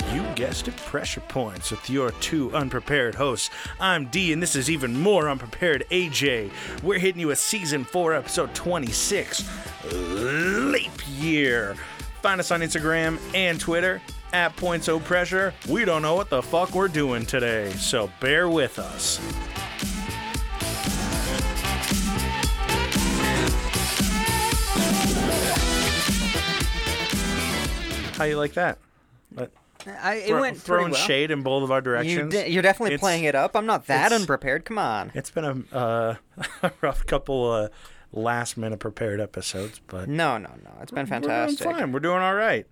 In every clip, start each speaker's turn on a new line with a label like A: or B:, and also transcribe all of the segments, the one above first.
A: sarcastic pressure points with your two unprepared hosts. I'm D, and this is even more unprepared AJ. We're hitting you with season four, episode 26, Leap Year. Find us on Instagram and Twitter at Points O Pressure. We don't know what the fuck we're doing today, so bear with us. How you like that? But
B: I, it
A: thro-
B: went
A: throwing
B: pretty well.
A: shade in both of our
B: You
A: directions.
B: de- you're definitely
A: It's-
B: playing it up. I'm not that
A: it's-
B: unprepared. Come on.
A: It's been a, uh, a rough couple uh, last minute prepared episodes, but
B: No, no, no. It's been fantastic.
A: we're doing fine. We're doing all right.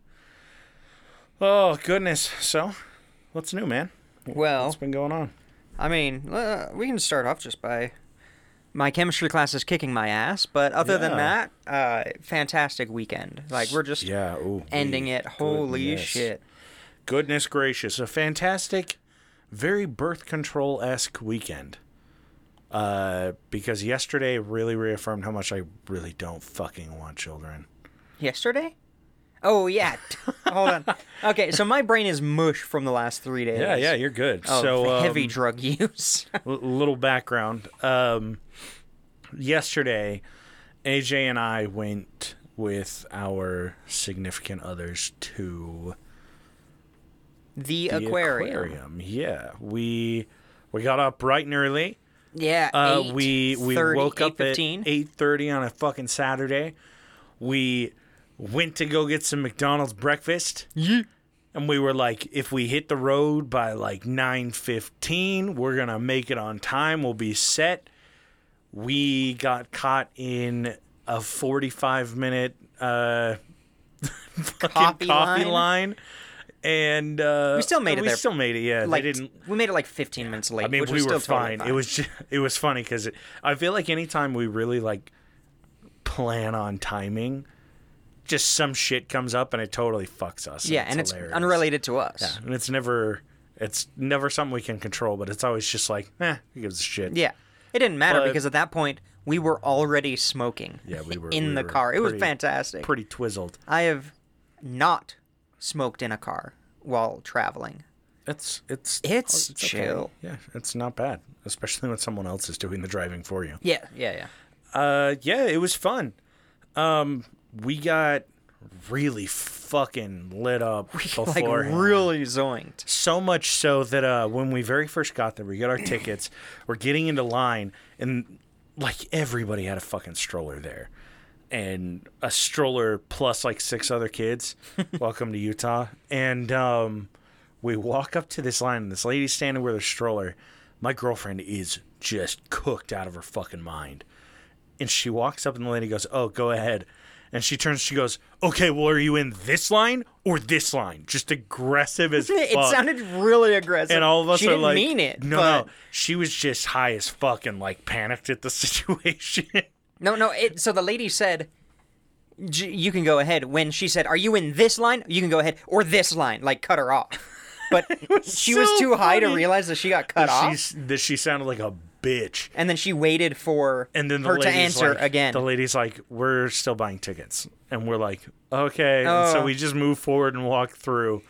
A: Oh goodness! So, what's new, man?
B: Well,
A: What's been going on?
B: I mean, uh, we can start off just by my chemistry class is kicking my ass, but other than
A: Yeah.
B: that, uh, fantastic weekend. Like we're just
A: Yeah. Ooh,
B: ending it. Holy
A: goodness.
B: shit!
A: Goodness gracious! A fantastic, very birth control esque weekend. Uh, because yesterday really reaffirmed how much I really don't fucking want children.
B: Yesterday? Oh yeah. Hold on. Okay, so my brain is mush from the last three days.
A: Yeah, yeah, you're good.
B: Of
A: so um,
B: Oh, heavy drug use.
A: l- little background. Um, yesterday, AJ and I went with our significant others to
B: the
A: the aquarium. Yeah, we we got up bright and early.
B: Yeah.
A: Uh,
B: 8,
A: we we
B: 30,
A: woke up at
B: 8:15.
A: eight thirty on a fucking Saturday. We went to go get some McDonald's breakfast. And we were like, if we hit the road by like nine fifteen, we're gonna make it on time. We'll be set. We got caught in a forty five minute uh, fucking
B: Coffee
A: coffee
B: line?
A: line. And uh,
B: We still made it
A: We
B: there.
A: still made it. Yeah,
B: like
A: they didn't.
B: we made it like 15 minutes late.
A: I mean,
B: which
A: we
B: was
A: were
B: still totally
A: fine. It was just, it was funny because I feel like anytime we really like plan on timing, just some shit comes up and it totally fucks us.
B: yeah, and it's
A: hilarious.
B: unrelated to us.
A: and it's never it's never something we can control, but it's always just like, eh, who gives a shit?
B: Yeah. It didn't matter
A: But-
B: because at that point we were already smoking.
A: Yeah, we were-
B: in
A: we
B: the
A: were
B: car. It was
A: pretty-
B: fantastic.
A: pretty twizzled.
B: I have not smoked in a car while traveling.
A: It's it's
B: It's
A: okay.
B: chill.
A: Yeah, it's not bad, especially when someone else is doing the driving for you.
B: Yeah, yeah, yeah.
A: uh yeah it was fun um we got really fucking lit up
B: Like
A: before
B: really zoinked.
A: so much so that uh when we very first got there we got our tickets we're getting into line and like everybody had a fucking stroller there and a stroller plus like six other kids welcome to utah and um we walk up to this line and this lady's standing with her stroller my girlfriend is just cooked out of her fucking mind and she walks up and the lady goes, "Oh, go ahead." And she turns. She goes, "Okay, well, are you in this line or this line?" Just aggressive as fuck.
B: It sounded really aggressive.
A: and all of us
B: she
A: are
B: didn't
A: like,
B: mean it.
A: No,
B: but-
A: no. She was just high as fuck and like panicked at the situation.
B: No, no. It, so the lady said, J- "You can go ahead." When she said, "Are you in this line?" You can go ahead, or this line. Like cut her off. But she was
A: so
B: too high to
A: funny.
B: realize that she got cut off,
A: She's, that she sounded like a bitch.
B: and then she waited for
A: And then the
B: her to
A: lady's
B: answer
A: like,
B: again.
A: The lady's like, "We're still buying tickets," and we're like, "Okay." And so
B: Oh.
A: we just move forward and walk through,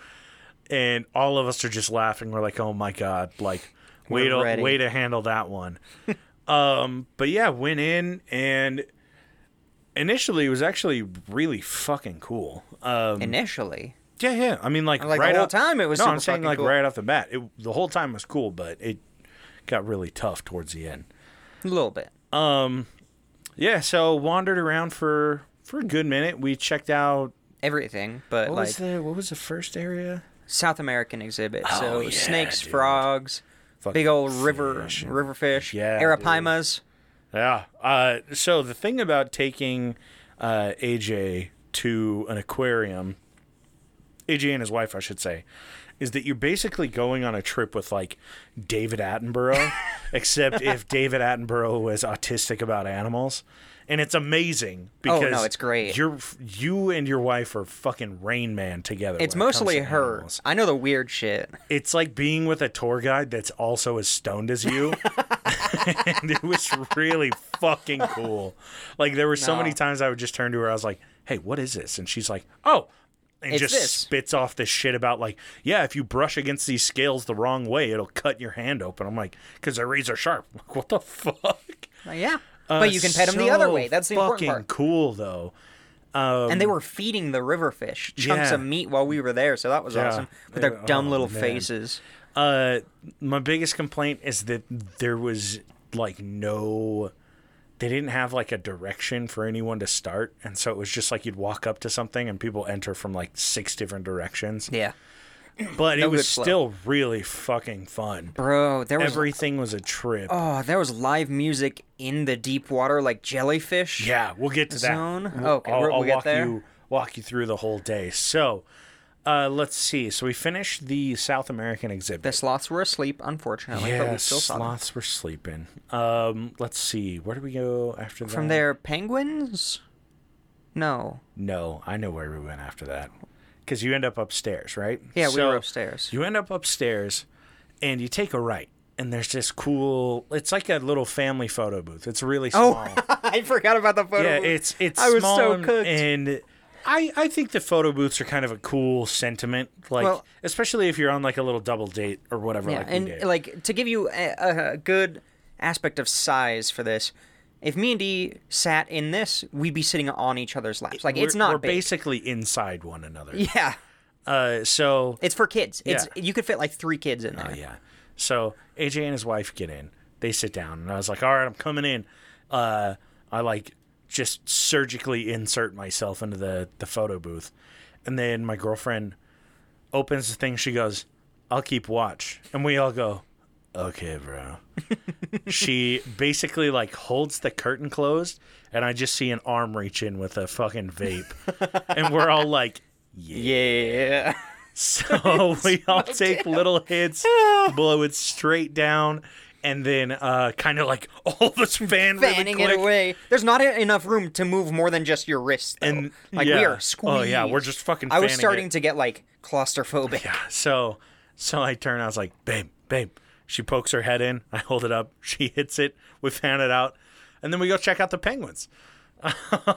A: and all of us are just laughing. We're like, "Oh my god!" Like, way
B: We're
A: to
B: ready.
A: way to handle that one. um, but yeah, went in and initially it was actually really fucking cool. Um,
B: Initially,
A: yeah, yeah. I mean, like,
B: Like, the
A: right
B: whole
A: off-
B: time it was
A: No,
B: super
A: I'm saying
B: fucking
A: like
B: cool.
A: right off the bat, it, the whole time was cool, but it got really tough towards the end.
B: a little bit.
A: Yeah, so wandered around for for a good minute. We checked out
B: Everything, but
A: what
B: like
A: was the what was the first area?
B: South American exhibit. so
A: Oh, yeah,
B: snakes,
A: dude.
B: frogs,
A: Fucking
B: big old river
A: fish and-
B: river fish,
A: Yeah, dude.
B: arapaimas.
A: Yeah. Uh, so the thing about taking uh, AJ to an aquarium, AJ and his wife, I should say, is that you're basically going on a trip with like David Attenborough, except if David Attenborough was autistic about animals. And it's amazing
B: Oh,
A: because
B: no, it's great.
A: You're you and your wife are fucking Rain Man together.
B: It's
A: when it comes
B: mostly
A: to
B: her.
A: animals.
B: I know the weird shit.
A: it's like being with a tour guide that's also as stoned as you. and it was really fucking cool. Like there were so
B: No.
A: many times I would just turn to her, I was like, Hey, what is this? And she's like, Oh, and
B: It's
A: just
B: this.
A: spits off this shit about like, yeah, if you brush against these scales the wrong way, it'll cut your hand open. I'm like, because they're razor sharp. Like, what the fuck?
B: Like, yeah.
A: Uh,
B: but you can pet them the other
A: so
B: way. That's the important
A: fucking
B: part.
A: cool though.
B: and they were feeding the river fish chunks
A: Mm. Yeah.
B: of meat while we were there, so that was
A: Yeah.
B: awesome. With
A: They
B: their
A: were-
B: dumb
A: oh,
B: little
A: man.
B: faces.
A: Uh, my biggest complaint is that there was like no, they didn't have like a direction for anyone to start, and so it was just like you'd walk up to something and people enter from like six different directions.
B: Yeah.
A: But it was
B: good flow.
A: still really fucking fun.
B: Bro, there was
A: Everything was a trip.
B: oh, there was live music in the deep water like jellyfish.
A: Yeah, we'll get to that.
B: Zone?
A: We'll-
B: Okay,
A: I'll,
B: we'll-
A: I'll
B: we'll get
A: walk
B: there.
A: you walk you through the whole day. So, uh, let's see. So we finished the South American exhibit.
B: The sloths were asleep, unfortunately,
A: yeah,
B: but we still saw them.
A: sloths were sleeping. Um, let's see. Where do we go after that?
B: From there, penguins? No.
A: No, I know where we went after that. Because you end up upstairs, right?
B: Yeah, we
A: So
B: were upstairs.
A: You end up upstairs, and you take a right, and there's this cool. It's like a little family photo booth. It's really small.
B: Oh, I forgot about the photo.
A: yeah,
B: booth.
A: it's it's
B: I was
A: small
B: so
A: and,
B: cooked.
A: and I I think the photo booths are kind of a cool sentiment, like
B: Well-
A: especially if you're on like a little double date or whatever.
B: Yeah,
A: like we
B: and
A: did.
B: like to give you a, a good aspect of size for this, if me and D sat in this, we'd be sitting on each other's laps. Like it's
A: We're-
B: not
A: We're
B: big.
A: basically inside one another.
B: Yeah,
A: Uh, so
B: it's for kids. It's
A: Yeah. Oh,
B: you could fit like three kids in there.
A: Yeah. So AJ and his wife get in. They sit down, and I was like, "All right, I'm coming in." Uh, I like just surgically insert myself into the the photo booth, and then my girlfriend opens the thing. She goes, "I'll keep watch," and we all go, "Okay, bro." she basically like holds the curtain closed, and I just see an arm reach in with a fucking vape, and we're all like, "Yeah."
B: Yeah.
A: So we all take little hits, blow it straight down, and then uh, kind of like all of us fan really
B: Fanning
A: quick.
B: it away. There's not e- enough room to move more than just your wrist. Though.
A: And
B: like
A: yeah.
B: we are squeezed.
A: Oh yeah, we're just fucking.
B: I was
A: fanning
B: starting
A: it.
B: to get like claustrophobic.
A: Yeah. So so I turn. I was like, babe, babe. She pokes her head in. I hold it up. She hits it. We fan it out, and then we go check out the penguins.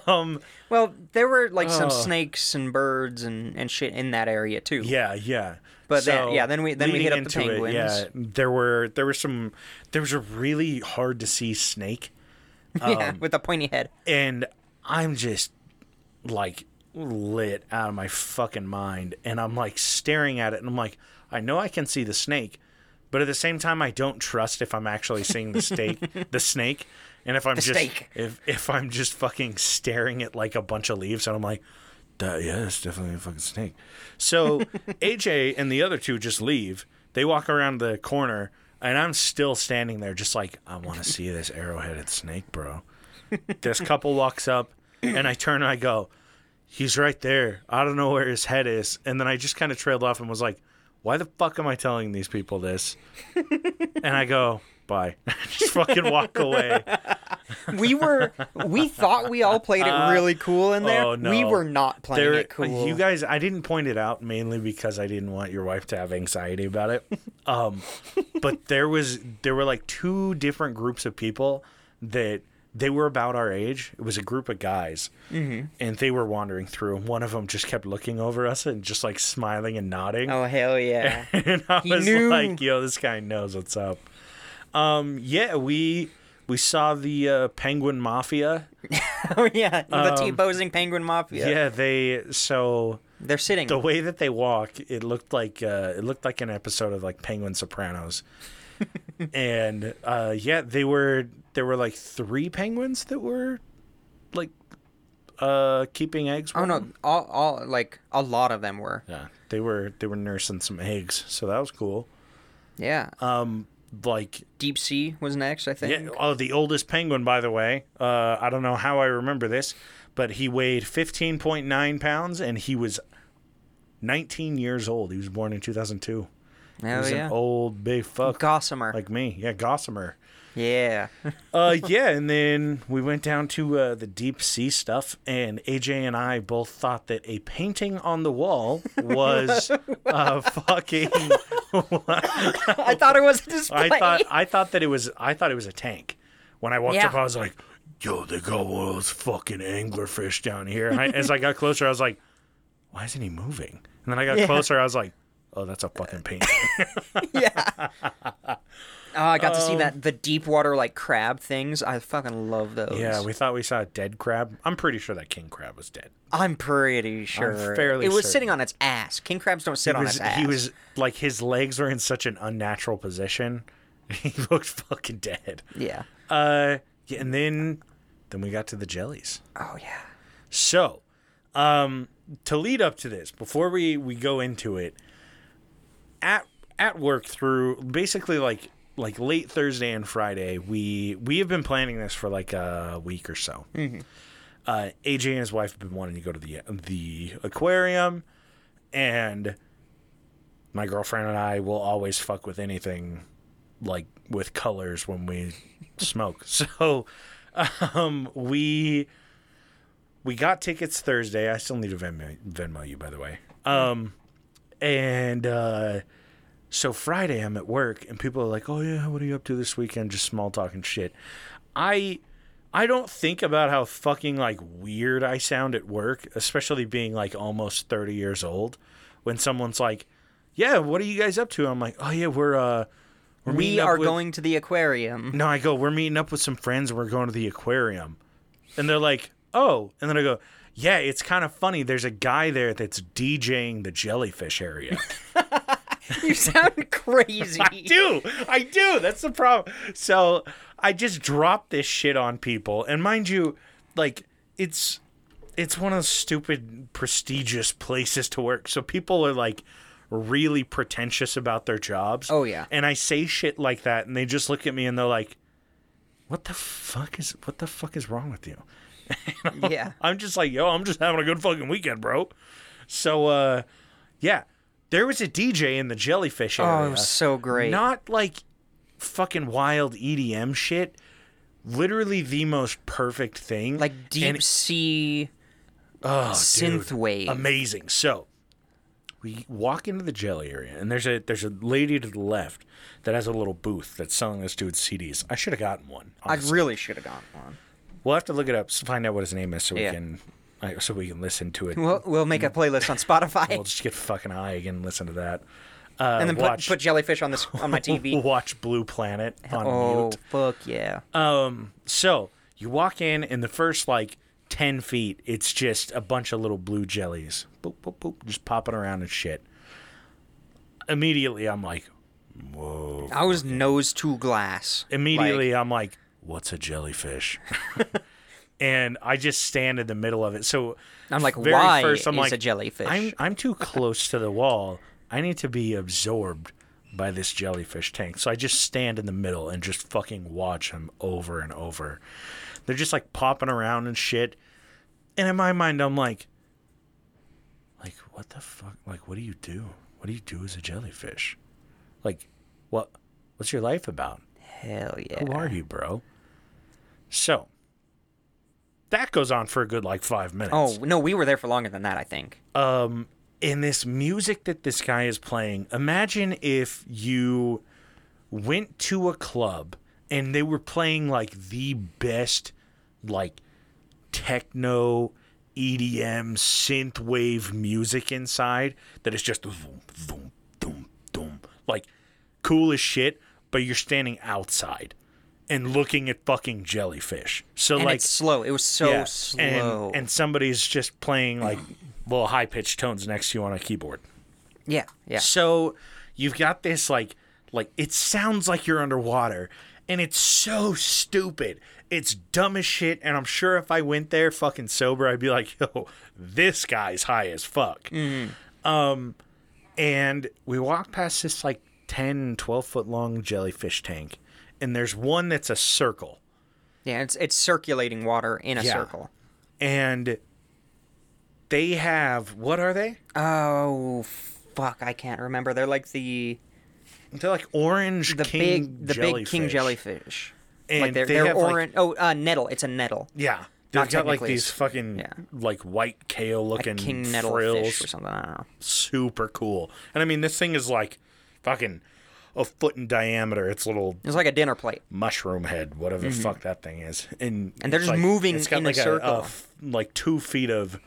A: um.
B: Well, there were like
A: Oh.
B: some snakes and birds and, and shit in that area too.
A: Yeah. Yeah.
B: But then- yeah, then we- then we hit
A: leading
B: up the
A: into it,
B: penguins.
A: yeah, there were there were some there was a really hard to see snake
B: Yeah, with a pointy head.
A: and I'm just like lit out of my fucking mind and I'm like staring at it and I'm like I know I can see the snake but at the same time I don't trust if I'm actually seeing the snake the snake and if I'm just
B: steak.
A: if if I'm just fucking staring at like a bunch of leaves and I'm like that, yeah that's definitely a fucking snake so AJ and the other two just leave they walk around the corner and I'm still standing there just like I want to see this arrow-headed snake bro this couple walks up and I turn and I go, he's right there. I don't know where his head is. And then I just kind of trailed off and was like, why the fuck am I telling these people this? and I go, bye. just fucking walk away.
B: we were we thought we all played it really cool in there.
A: oh, no.
B: We were not playing
A: There-
B: it cool.
A: You guys, I didn't point it out mainly because I didn't want your wife to have anxiety about it. Um, but there was there were like two different groups of people that they were about our age. It was a group of guys,
B: Mm-hmm.
A: and they were wandering through. And one of them just kept looking over us and just like smiling and nodding.
B: oh hell yeah.
A: and I was
B: knew.
A: like, "Yo, this guy knows what's up." Um, yeah, we we saw the uh, Penguin Mafia.
B: oh yeah. The T posing penguin mafia.
A: Um, yeah they so.
B: They're sitting.
A: the way that they walk, it looked like uh, it looked like an episode of like Penguin Sopranos. and uh, yeah, they were there were like three penguins that were like uh, keeping eggs.
B: oh no, all all like a lot of them were.
A: yeah, they were they were nursing some eggs, so that was cool.
B: Yeah.
A: Um, like
B: Deep sea was next, I think.
A: yeah, oh, the oldest penguin, by the way. Uh, I don't know how I remember this, but he weighed fifteen point nine pounds, and he was nineteen years old. He was born in two thousand two. He
B: oh
A: was
B: yeah.
A: an old big fuck
B: Gossamer.
A: like me. Yeah, Gossamer.
B: yeah.
A: Uh, yeah, and then we went down to uh, the deep sea stuff, and AJ and I both thought that a painting on the wall was uh, fucking.
B: I thought it was a display.
A: I thought I thought that it was I thought it was a tank. When I walked
B: Yeah.
A: up, I was like, "Yo, they got one of those fucking anglerfish down here." And I, as I got closer, I was like, why isn't he moving? And then I got
B: Yeah.
A: closer. I was like, oh, that's a fucking painting.
B: yeah. oh, I got to
A: um,
B: see that the deep water like crab things. I fucking love those.
A: yeah, we thought we saw a dead crab. I'm pretty sure that king crab was dead.
B: I'm pretty sure.
A: fairly
B: it was
A: certain.
B: sitting on its ass. King crabs don't sit
A: He
B: on
A: was,
B: its ass.
A: he was like his legs were in such an unnatural position. He looked fucking dead.
B: Yeah.
A: Uh, yeah, and then then we got to the jellies.
B: Oh yeah.
A: So, um, to lead up to this, before we we go into it, at at work through basically like like late Thursday and Friday, we we have been planning this for like a week or so. Uh, AJ and his wife have been wanting to go to the the aquarium, and my girlfriend and I will always fuck with anything like with colors when we smoke. So um, we we got tickets Thursday. I still need to Venmo, Venmo you, by the way. Um, and uh, so Friday, I'm at work, and people are like, "Oh yeah, what are you up to this weekend?" Just small talk and shit. I I don't think about how fucking like weird I sound at work, especially being like almost 30 years old. When someone's like, "Yeah, what are you guys up to?" I'm like, "Oh yeah, we're uh, we're
B: We
A: meeting up
B: are
A: with-
B: going to the aquarium.
A: no, I go, we're meeting up with some friends and we're going to the aquarium. And they're like, oh. And then I go, yeah, it's kind of funny. There's a guy there that's DJing the jellyfish area.
B: you sound crazy.
A: I do. I do. That's the problem. So I just drop this shit on people. And mind you, like, it's. It's one of those stupid prestigious places to work. So people are like really pretentious about their jobs.
B: Oh, yeah.
A: And I say shit like that and they just look at me and they're like, what the fuck is what the fuck is wrong with you?
B: Yeah.
A: I'm just like, yo, I'm just having a good fucking weekend, bro. So uh yeah. There was a DJ in the jellyfish
B: Oh,
A: area.
B: it was so great.
A: Not like fucking wild EDM shit. Literally the most perfect thing.
B: like deep
A: And-
B: sea
A: oh,
B: synth
A: dude.
B: wave.
A: Amazing. So we walk into the jelly area and there's a there's a lady to the left that has a little booth that's selling this dude's CDs. I should have gotten one.
B: I
A: honestly.
B: really should have gone one.
A: We'll have to look it up, s- find out what his name is, so
B: Yeah.
A: we can I- so we can listen to it.
B: We'll, we'll make a playlist on Spotify
A: Mm. We'll just get fucking high again and listen to that. Uh,
B: and then put,
A: watch,
B: put jellyfish on this on my TV.
A: watch Blue Planet on
B: oh
A: mute.
B: fuck yeah!
A: Um, so you walk in, and the first like ten feet, it's just a bunch of little blue jellies, boop boop boop, just popping around and shit. Immediately, I'm like, whoa.
B: I was nose to glass.
A: Immediately, I'm like, what's a jellyfish? and I just stand in the middle of it. So
B: I'm like,
A: very
B: why
A: first, I'm
B: is
A: like,
B: a jellyfish?
A: I'm I'm too close to the wall. I need to be absorbed by this jellyfish tank. So I just stand in the middle and just fucking watch them over and over. They're just like popping around and shit. And in my mind I'm like like what the fuck like what do you do? What do you do as a jellyfish? Like what what's your life about?
B: Hell yeah!
A: Who are you, bro? So that goes on for a good like 5 minutes.
B: Oh no, we were there for longer than that. I think.
A: um in this music that this guy is playing imagine if you went to a club and they were playing like the best like techno EDM synthwave music inside that is just zoom zoom zoom zoom like cool as shit but you're standing outside and looking at fucking jellyfish so
B: and
A: like
B: it's slow. It was so
A: yeah,
B: slow.
A: And, and somebody's just playing like little high pitched tones next to you on a keyboard.
B: yeah, yeah.
A: So you've got this like like it sounds like you're underwater and it's so stupid. It's dumb as shit and I'm sure if I went there fucking sober I'd be like, "Yo, this guy's high as fuck." Um and we walk past this like 10 12 foot long jellyfish tank and there's one that's a circle.
B: Yeah, it's it's circulating water in a
A: Yeah.
B: circle.
A: and they have what are they?
B: Oh fuck, I can't remember. They're like the
A: They're like orange
B: the
A: king
B: big the big king
A: jellyfish.
B: jellyfish. like
A: And
B: they're
A: they
B: they are
A: have, like-
B: orange. oh, uh, nettle. It's a nettle.
A: Yeah,
B: Not
A: they've got like
B: technically,
A: these
B: it's-
A: fucking
B: yeah.
A: like white kale
B: Like
A: looking
B: king nettle fish or
A: frills,
B: something. I don't know.
A: super cool. And I mean, this thing is like fucking a foot in diameter. Its little
B: It's like a dinner plate.
A: mushroom head, whatever the fuck that thing is, and
B: Mm-hmm. And they're
A: it's
B: just
A: like-
B: moving
A: It's got
B: in a
A: like
B: circle.
A: f- like two feet of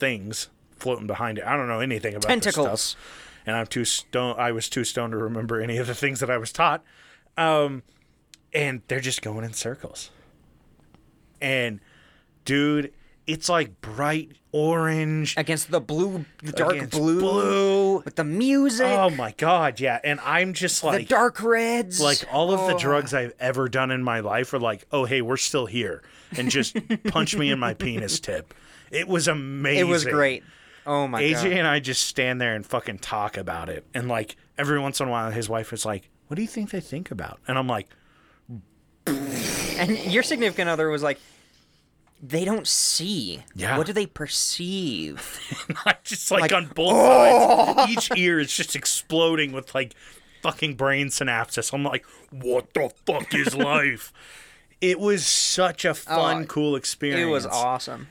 A: things floating behind it. I don't know anything about This
B: Tentacles.
A: stuff, and I'm too stone. I was too stoned to remember any of the things that I was taught. Um, and they're just going in circles. And dude, it's like bright orange,
B: against the blue, the dark
A: against
B: blue,
A: blue.
B: with the music,
A: Oh my god, yeah. And I'm just
B: the
A: like
B: dark reds,
A: like all of
B: Oh.
A: the drugs I've ever done in my life are like, oh hey, we're still here, and just punch me in my penis tip. It was
B: it
A: amazing.
B: was great. Oh my
A: AJ
B: god!
A: and I just stand there and fucking talk about it, and like every once in a while, his wife is like, "What do you think they think about?" And I'm like,
B: And your significant other was like, "They don't see.
A: Yeah.
B: What do they perceive?"
A: I'm just like,
B: Like, "Oh!"
A: on both sides, each ear is just exploding with like fucking brain synapses. I'm like, what the fuck is life? it was such a fun,
B: Oh,
A: cool experience.
B: it was awesome.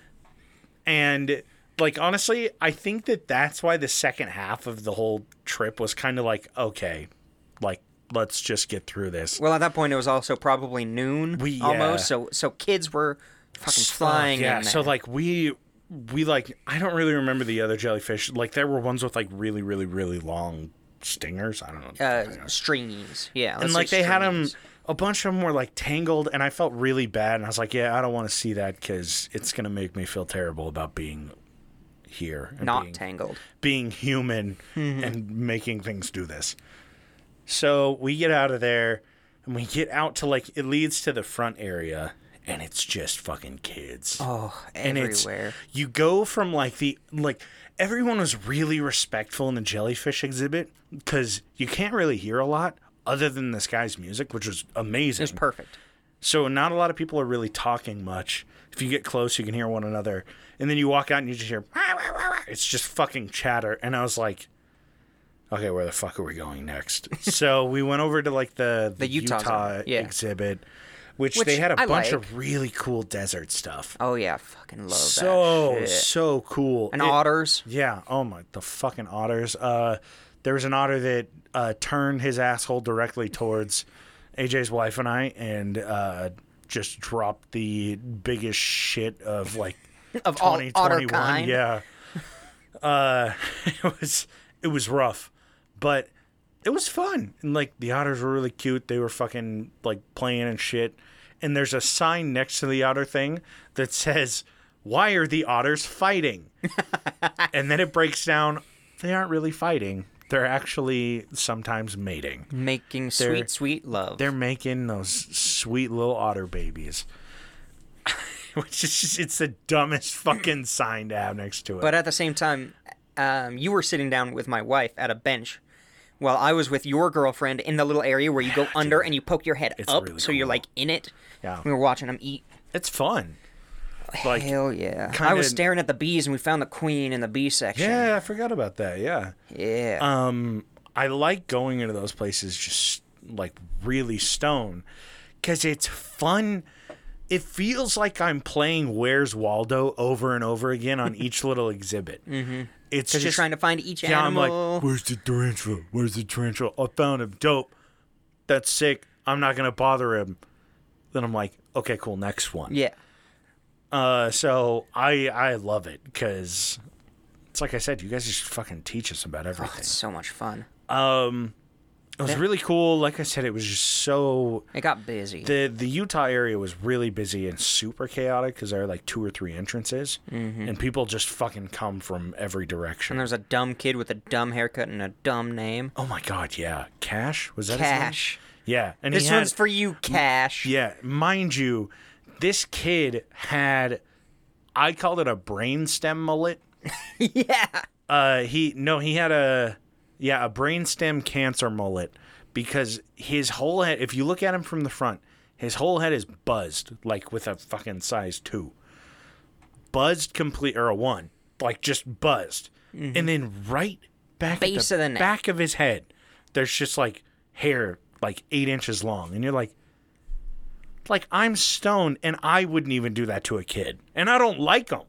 A: and like honestly i think that that's why the second half of the whole trip was kind of like okay like let's just get through this
B: Well, at that point, it was also probably noon
A: We-
B: almost.
A: yeah.
B: So so kids were fucking flying.
A: yeah
B: in
A: so
B: there.
A: like we we like i don't really remember the other jellyfish like there were ones with like really really really long stingers i don't know
B: uh, strings. Yeah,
A: and
B: let's
A: like
B: say
A: they had them
B: strings.
A: a bunch of them were like tangled and i felt really bad and i was like yeah i don't want to see that because it's going to make me feel terrible about being here and
B: not
A: being,
B: tangled.
A: being human
B: Mm-hmm.
A: and making things do this. So we get out of there and we get out to like it leads to the front area and it's just fucking kids.
B: Oh,
A: and
B: everywhere.
A: it's you go from like the like everyone was really respectful in the jellyfish exhibit because you can't really hear a lot other than this guy's music, which was amazing.
B: It was perfect.
A: So not a lot of people are really talking much. If you get close, you can hear one another, and then you walk out and you just hear "Wah, wah, wah, wah." it's just fucking chatter. And I was like, okay, where the fuck are we going next? so we went over to like the the,
B: Utah
A: Utah,
B: zone, yeah.
A: exhibit, which,
B: Which
A: they had a
B: I
A: bunch
B: like.
A: of really cool desert stuff.
B: Oh yeah, I fucking love
A: so
B: that shit.
A: so cool.
B: and
A: It-
B: otters.
A: yeah. Oh my, the fucking otters. Uh, there was an otter that uh, turned his asshole directly towards AJ's wife and I, and uh, just dropped the biggest shit of like
B: Of all
A: twenty
B: otter
A: twenty one.
B: kind.
A: Yeah. Uh, it was it was rough, but it was fun. And like the otters were really cute. They were fucking like playing and shit. And there's a sign next to the otter thing that says, "Why are the otters fighting?" and then it breaks down. They aren't really fighting. They're actually sometimes mating.
B: Making sweet, sweet love.
A: They're making those sweet little otter babies. Which is just, it's the dumbest fucking sign to have next to it.
B: But at the same time, um, you were sitting down with my wife at a bench while I was with your girlfriend in the little area where you go under and you poke your head up
A: really
B: so you're
A: cool.
B: like in it.
A: Yeah.
B: We were watching them eat.
A: it's fun. Like
B: Hell yeah. I
A: kinda-
B: was staring at the bees and we found the queen in the bee section.
A: yeah, I forgot about that. Yeah.
B: Yeah.
A: um I like going into those places just like really stone cuz it's fun. It feels like I'm playing Where's Waldo over and over again on each little exhibit. Mm-hmm. It's
B: Because
A: just
B: you're trying to find each
A: yeah,
B: animal.
A: I'm like, where's the tarantula? Where's the tarantula? I found him. Dope. That's sick. I'm not gonna bother him. Then I'm like, okay, cool. Next one.
B: yeah.
A: Uh, so I I love it because it's like I said, you guys just fucking teach us about everything.
B: It's so much fun.
A: It was really cool. Like I said, it was just so
B: It got busy.
A: the the Utah area was really busy and super chaotic because there are like two or three entrances,
B: Mm-hmm.
A: and people just fucking come from every direction.
B: and there was a dumb kid with a dumb haircut and a dumb name.
A: oh my god, yeah, Cash was that
B: Cash.
A: His name? Yeah, and
B: This
A: he had,
B: one's for you, Cash.
A: yeah, mind you, this kid had I called it a brainstem mullet.
B: yeah.
A: Uh, he no, he had a yeah a brainstem cancer mullet because his whole head. If you look at him from the front, his whole head is buzzed like with a fucking size two, buzzed complete or a one, like just buzzed, and then right back
B: Base
A: at
B: Mm-hmm.
A: the
B: of the neck.
A: back of his head, there's just like hair like eight inches long, and you're like. Like I'm stoned, and I wouldn't even do that to a kid, and I don't like them.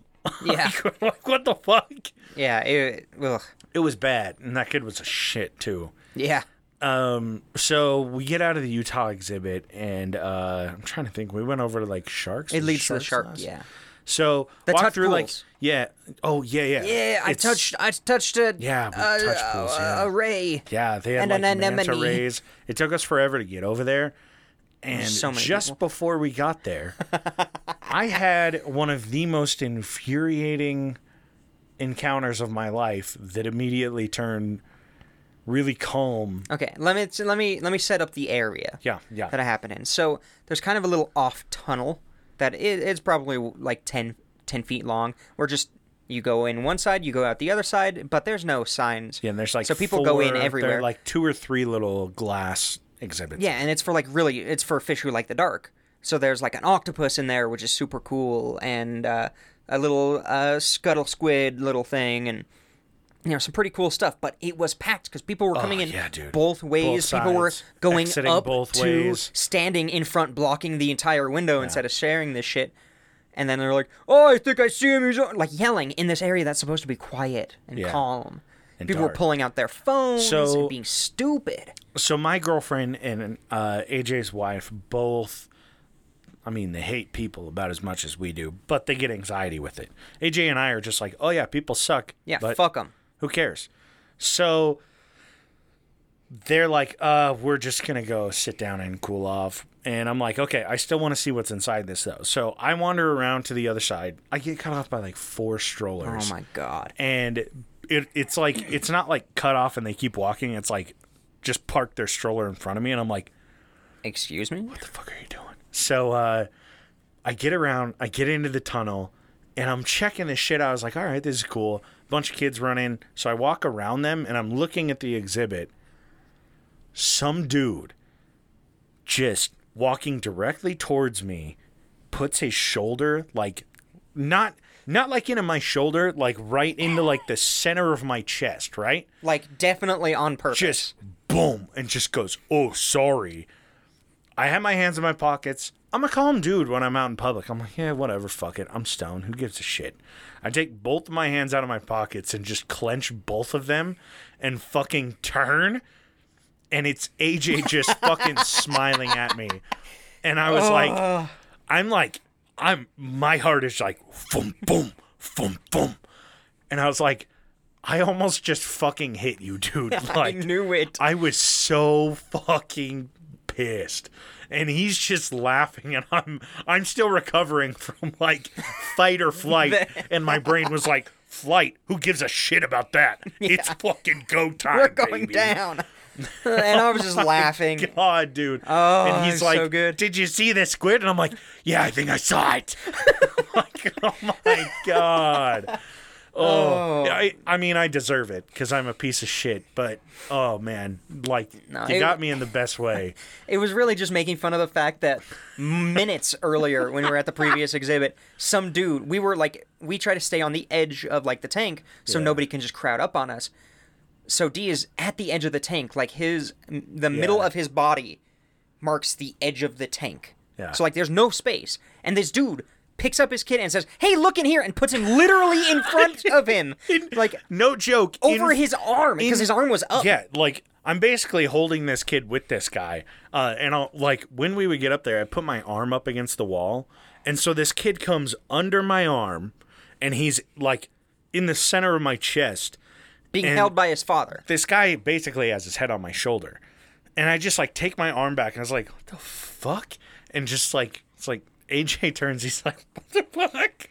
B: Yeah.
A: like what the fuck?
B: Yeah. It, ugh.
A: it was bad and that kid was a shit too
B: Yeah.
A: um so we get out of the utah exhibit and uh i'm trying to think we went over to like sharks
B: It
A: Was
B: leads to the
A: Sharks
B: shark.
A: last?
B: Yeah.
A: So
B: The
A: walk
B: touch
A: through like
B: pools.
A: yeah. Oh yeah, yeah.
B: Yeah, I
A: It's-
B: touched. I touched a
A: Yeah, we
B: a,
A: touch pools,
B: a-
A: yeah.
B: a ray.
A: Yeah, they had
B: And E.
A: like
B: an
A: manta
B: anemone.
A: rays. It took us forever to get over there, and
B: so many
A: just
B: people.
A: before we got there, I had one of the most infuriating encounters of my life that immediately turned really calm.
B: Okay, let me let me let me set up the area.
A: Yeah, yeah.
B: that I happen in. So there's kind of a little off tunnel that i- it's probably like 10, 10 feet long, where just you go in one side, you go out the other side, but there's no signs.
A: Yeah, and there's like
B: so people go
A: four-
B: in
A: there are,
B: everywhere.
A: like two or three little glass exhibits.
B: yeah, and it's for like really, it's for fish who like the dark. So there's like an octopus in there, which is super cool, and uh, a little uh, scuttle squid little thing, and you know some pretty cool stuff. But it was packed because people were coming in
A: Oh, yeah, dude.
B: both ways.
A: Both
B: people were
A: sides.
B: going
A: Exiting
B: up
A: both
B: to
A: ways.
B: standing in front, blocking the entire window instead of sharing this shit. And then they're like, "Oh, I think I see him." He's on-" like yelling in this area that's supposed to be quiet and
A: Yeah.
B: calm.
A: And
B: people
A: dark.
B: were pulling out their phones
A: So-
B: and being stupid.
A: so my girlfriend and uh, AJ's wife both I mean they hate people about as much as we do, but they get anxiety with it. AJ and I are just like, "Oh yeah, people suck."
B: Yeah, fuck 'em.
A: but
B: fuck them.
A: Who cares? So they're like, "Uh, we're just going to go sit down and cool off." And I'm like, "Okay, I still want to see what's inside this though." So I wander around to the other side. I get cut off by like four strollers
B: Oh my god.
A: and it, it's like it's not like cut off and they keep walking. It's like just park their stroller in front of me, and I'm like,
B: Excuse me?
A: "What the fuck are you doing?" So uh, I get around, I get into the tunnel, and I'm checking this shit out. I was like, "All right, this is cool." Bunch of kids run in, so I walk around them, and I'm looking at the exhibit. Some dude just walking directly towards me puts his shoulder like not not like into my shoulder like right into like the center of my chest right
B: Like definitely on purpose.
A: just boom and just goes oh sorry i have my hands in my pockets i'm a calm dude when i'm out in public i'm like yeah whatever fuck it i'm stoned who gives a shit i take both of my hands out of my pockets and just clench both of them and fucking turn and it's aj just fucking smiling at me and i was like i'm like i'm my heart is like boom boom boom boom and i was like i almost just fucking hit you dude
B: I
A: like
B: knew it.
A: I was so fucking pissed. And he's just laughing and I'm I'm still recovering from like fight or flight and my brain was like flight who gives a shit about that it's fucking go time
B: We're going
A: baby.
B: down. and I was just laughing.
A: god dude
B: Oh,
A: and
B: it's
A: he's
B: so
A: like
B: good.
A: did you see this squid and I'm like yeah I think I saw it like oh my god oh,
B: Oh.
A: I, I mean I deserve it cuz I'm a piece of shit but oh man like you
B: it-
A: got me in the best way
B: It was really just making fun of the fact that minutes earlier, when we were at the previous exhibit, some dude, we were like, we try to stay on the edge of like the tank so
A: Yeah.
B: nobody can just crowd up on us. So D is at the edge of the tank, like his, the middle
A: Yeah.
B: of his body marks the edge of the tank.
A: Yeah.
B: So like there's no space. And this dude picks up his kid and says, hey, look in here, and puts him literally in front of him. Like
A: no joke
B: over
A: in-
B: his arm, because
A: in-
B: his arm was up.
A: yeah like i'm basically holding this kid with this guy uh, and i'll like when we would get up there i put my arm up against the wall and so this kid comes under my arm and he's like in the center of my chest
B: being
A: and-
B: held by his father.
A: this guy basically has his head on my shoulder and i just like take my arm back and i was like what the fuck and just like it's like aj turns he's like what the fuck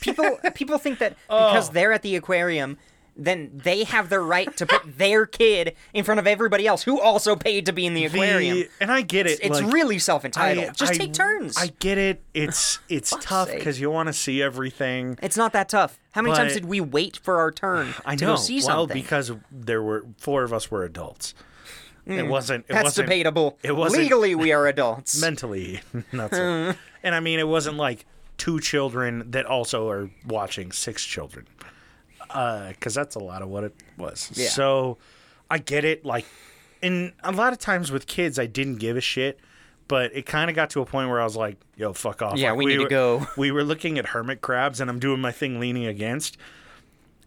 B: people people think that
A: Oh.
B: because they're at the aquarium, then they have the right to put their kid in front of everybody else who also paid to be in the aquarium.
A: The- and i get it
B: it's
A: like,
B: really self
A: I-
B: entitled. Just
A: I-
B: take turns.
A: I get it. It's it's tough
B: sake.
A: because you want to see everything.
B: it's not that tough. How many times
A: But-
B: did we wait for our turn
A: I
B: to
A: know.
B: go see
A: well,
B: something?
A: because there were four of us were adults. it wasn't. It
B: Mm. That's
A: wasn't
B: debatable.
A: it wasn't-
B: Legally, we are adults.
A: mentally. Not so. and I mean, it wasn't like two children that also are watching six children, because that's a lot of what it was.
B: Yeah.
A: So I get it. Like, and a lot of times with kids, I didn't give a shit. But it kind of got to a point where I was like, "Yo, fuck off!"
B: Yeah,
A: Like,
B: we need to
A: were-
B: go.
A: We were looking at hermit crabs, and I'm doing my thing, leaning against,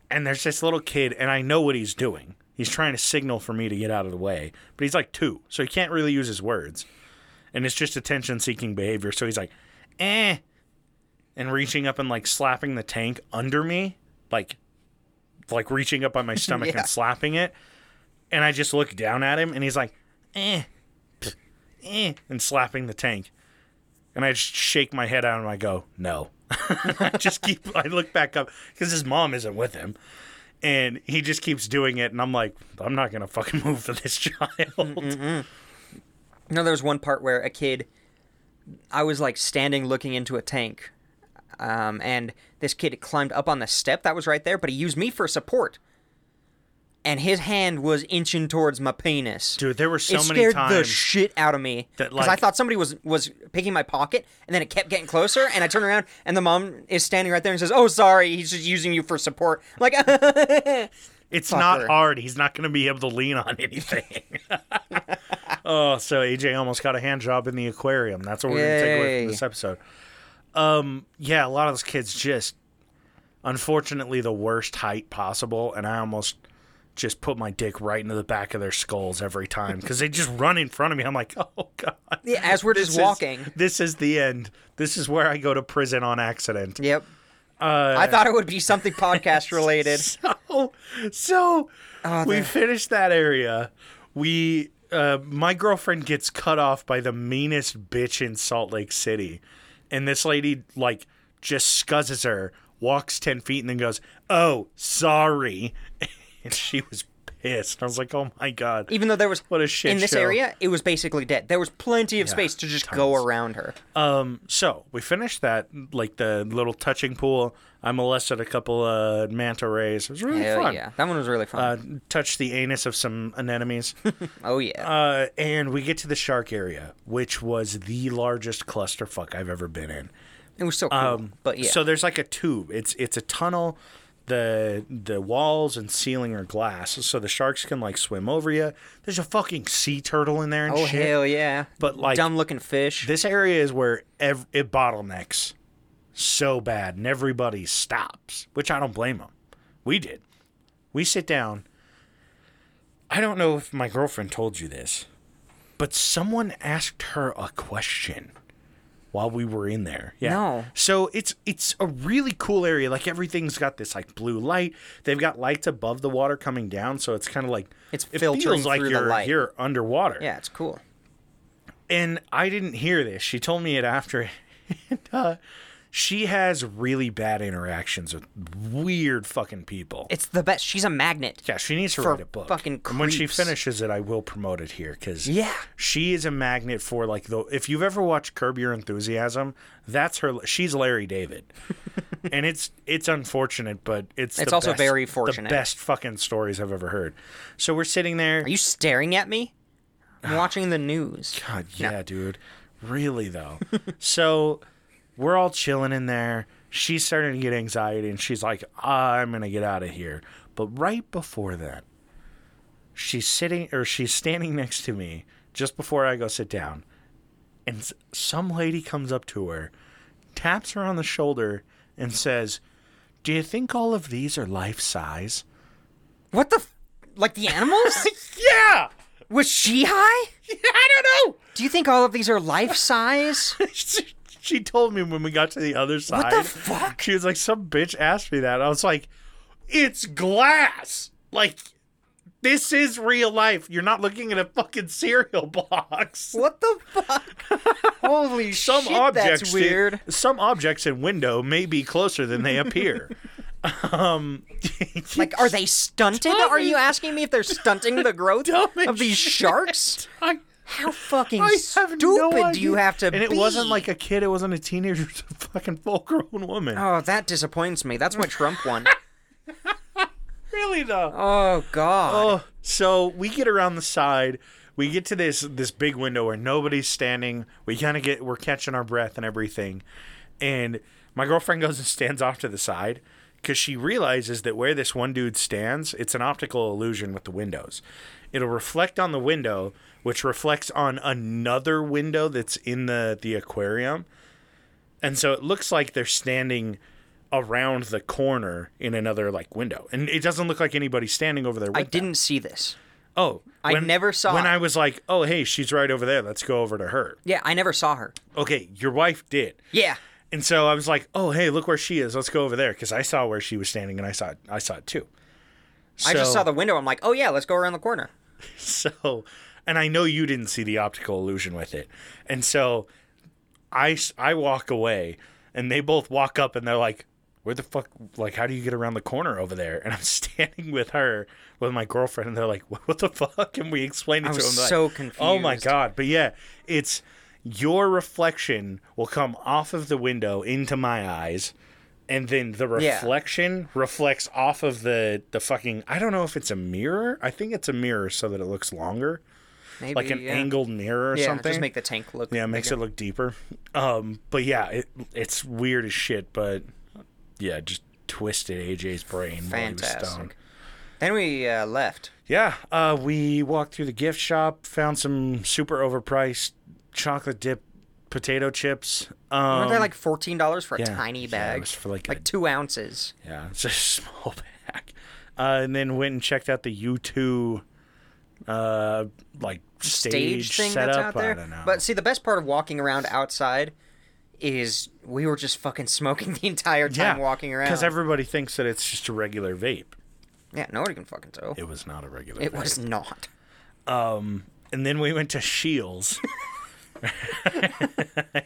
A: and there's this little kid, and I know what he's doing. He's trying to signal for me to get out of the way, but he's like two, so he can't really use his words, and it's just attention-seeking behavior. So he's like, "eh," and reaching up and like slapping the tank under me, like like reaching up on my stomach
B: Yeah.
A: and slapping it. And I just looked down at him and he's like, eh, pff, eh, and slapping the tank. And I just shake my head out and I go, no. I just keep, I look back up because his mom isn't with him. And he just keeps doing it. And I'm like, I'm not going to fucking move for this child.
B: No, there was one part where a kid, I was like standing looking into a tank, um, and this kid climbed up on the step that was right there, but he used me for support, and his hand was inching towards my penis.
A: Dude, there were so
B: it
A: many
B: scared
A: times.
B: the shit out of me
A: that,
B: because I
A: like-
B: thought somebody was was picking my pocket, and then it kept getting closer, and I turned around, and the mom is standing right there and says, "Oh, sorry, he's just using you for support." I'm like,
A: It's not
B: Fucker.
A: hard. He's not going to be able to lean on anything. oh, so AJ almost got a hand job in the aquarium. That's what we're going to take away
B: Yay.
A: from this episode. Um, yeah, a lot of those kids just, unfortunately, the worst height possible, and I almost just put my dick right into the back of their skulls every time because they just run in front of me. I'm like, oh god.
B: Yeah, as we're
A: This
B: just
A: is-
B: walking.
A: this is the end. This is where I go to prison on accident.
B: Yep.
A: Uh,
B: I thought it would be something podcast related.
A: So, so we
B: there-
A: finished that area. We, uh, my girlfriend gets cut off by the meanest bitch in Salt Lake City, and this lady like just scuzzes her, walks ten feet, and then goes, "Oh, sorry," and she was pissed. I was like, "Oh my god."
B: even though there was
A: What a shit
B: in this
A: show.
B: area it was basically dead there was plenty of space to just go around her
A: Um, so we finished that like the little touching pool. I molested a couple of manta rays. It was really
B: Hell
A: fun.
B: yeah that one was really
A: Uh,
B: fun
A: touched the anus of some anemones.
B: oh yeah
A: Uh, and we get to the shark area, which was the largest clusterfuck I've ever been in.
B: it was so cool but yeah
A: um, So there's like a tube. It's it's a tunnel. The the walls and ceiling are glass, so the sharks can like swim over you. There's a fucking sea turtle in there and
B: oh
A: shit.
B: hell yeah
A: But, like,
B: dumb looking fish
A: This area is where ev- it bottlenecks so bad, and everybody stops, which I don't blame them. We did. We sit down. I don't know if my girlfriend told you this, but someone asked her a question while we were in there. Yeah.
B: No.
A: So it's it's a really cool area. Like everything's got this like blue light. They've got lights above the water coming down, so it's kind of like
B: It's
A: it
B: filtering
A: feels like
B: through the
A: you're
B: light.
A: you're underwater.
B: yeah it's cool
A: And I didn't hear this. She told me it after. and, uh, she has really bad interactions with weird fucking people.
B: it's the best she's a magnet
A: Yeah, she needs to
B: For
A: write a book.
B: fucking
A: and when she
B: creeps.
A: finishes it, I will promote it here because
B: Yeah.
A: she is a magnet for like the. If you've ever watched Curb Your Enthusiasm, that's her. She's Larry David, and it's it's unfortunate, but it's
B: It's
A: the
B: also
A: best-
B: very fortunate.
A: The best fucking stories I've ever heard. So we're sitting there.
B: are you staring at me i'm watching the news
A: God, yeah, dude. Really though. so we're all chilling in there. She's starting to get anxiety and she's like, I'm gonna get out of here. But right before that, she's sitting or she's standing next to me just before I go sit down. And s- some lady comes up to her, taps her on the shoulder, and says, Do you think all of these are life size?
B: what the f- like the animals
A: Yeah!
B: was she high
A: I don't know!
B: do you think all of these are life size
A: she she told me when we got to the other side.
B: the fuck?
A: She was like, some bitch asked me that. I was like, it's glass. Like, this is real life. You're not looking at a fucking cereal box.
B: what the fuck holy
A: Some
B: shit
A: objects,
B: that's weird
A: Some objects in window may be closer than they appear. um,
B: Like, are they stunted? Are you asking me if they're stunting the growth
A: Dumb
B: of
A: as
B: these
A: shit.
B: sharks?
A: I,
B: How fucking
A: I have
B: stupid
A: no
B: do you
A: idea.
B: have to
A: And
B: be?
A: it wasn't like a kid. It wasn't a teenager. It was a fucking full-grown woman.
B: Oh, that disappoints me. That's my Trump one.
A: Really though.
B: Oh God.
A: Oh, so we get around the side. We get to this this big window where nobody's standing. We kind of get we're catching our breath and everything. And my girlfriend goes and stands off to the side because she realizes that where this one dude stands, it's an optical illusion with the windows. It'll reflect on the window, which reflects on another window that's in the the aquarium. And so it looks like they're standing around the corner in another like window. And it doesn't look like anybody's standing over there.
B: I
A: with them.
B: didn't see this.
A: Oh,
B: I never saw
A: When
B: it.
A: I was like, "Oh, hey, she's right over there. Let's go over to her."
B: Yeah, I never saw her.
A: Okay, your wife did.
B: Yeah.
A: And so I was like, "Oh, hey, look where she is. Let's go over there." Because I saw where she was standing, and I saw it, I saw it too.
B: I just
A: So-
B: saw the window. I'm like, oh yeah, let's go around the corner.
A: so and i know you didn't see the optical illusion with it and so i s- I walk away and they both walk up and they're like where the fuck like how do you get around the corner over there and i'm standing with her with my girlfriend and they're like what, what the fuck and we explain it
B: I
A: to
B: was
A: them like,
B: so
A: oh my
B: confused.
A: god but yeah it's your reflection will come off of the window into my eyes and then the
B: Yeah.
A: reflection reflects off of the the fucking I don't know if it's a mirror. I think it's a mirror so that it looks longer,
B: Maybe
A: like an
B: yeah.
A: angled mirror or
B: Yeah,
A: something.
B: just make the tank look.
A: yeah, it makes it look deeper. Um, but yeah, it, it's weird as shit. But yeah, just twisted AJ's brain while he was stoned.
B: fantastic. Then we uh, left.
A: Yeah, uh, we walked through the gift shop, found some super overpriced chocolate dip potato chips. Um,
B: Weren't they like fourteen dollars for a
A: yeah,
B: tiny
A: yeah, it
B: bag?
A: was for like a-
B: like two ounces.
A: Yeah, it's a small pack. Uh, and then went and checked out the U two, uh, like stage,
B: stage thing
A: setup.
B: that's out there.
A: I don't know.
B: But see, the best part of walking around outside is we were just fucking smoking the entire time walking around.
A: because everybody thinks that it's just a regular vape.
B: yeah, nobody can fucking tell. It,
A: It was not a regular. vape.
B: was not.
A: And then we went to Shields.